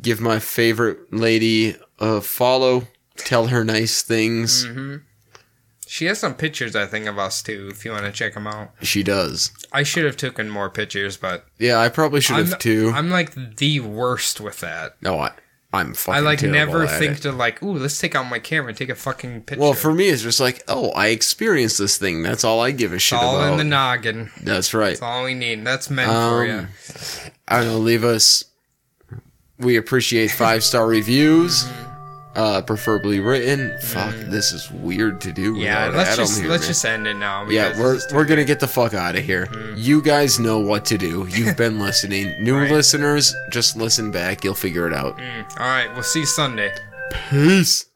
Speaker 1: give my favorite lady a follow. Tell her nice things.
Speaker 2: hmm She has some pictures, I think, of us too. If you want to check them out,
Speaker 1: She does.
Speaker 2: I should have taken more pictures, but
Speaker 1: Yeah, I probably should
Speaker 2: I'm,
Speaker 1: have too.
Speaker 2: I'm like the worst with that.
Speaker 1: no, I, I'm fucking.
Speaker 2: I like
Speaker 1: terrible
Speaker 2: never
Speaker 1: at
Speaker 2: think
Speaker 1: it.
Speaker 2: to like, ooh, let's take out my camera and take a fucking picture.
Speaker 1: Well, for me, it's just like, oh, I experienced this thing. That's all I give a
Speaker 2: it's
Speaker 1: shit
Speaker 2: all
Speaker 1: about.
Speaker 2: in the noggin.
Speaker 1: That's right.
Speaker 2: It's all we need. That's meant for you.
Speaker 1: Um, I don't know, leave us. We appreciate five star reviews, uh, preferably written. Fuck, this is weird to do.
Speaker 2: Mm. Yeah,
Speaker 1: without
Speaker 2: let's
Speaker 1: Adam
Speaker 2: just
Speaker 1: here,
Speaker 2: let's
Speaker 1: man.
Speaker 2: just end it now.
Speaker 1: Yeah,
Speaker 2: because
Speaker 1: we're
Speaker 2: it's-
Speaker 1: we're gonna get the fuck out of here. You guys know what to do. You've been listening. New listeners, just listen back. You'll figure it out.
Speaker 2: Mm. all right. We'll see you Sunday.
Speaker 1: Peace.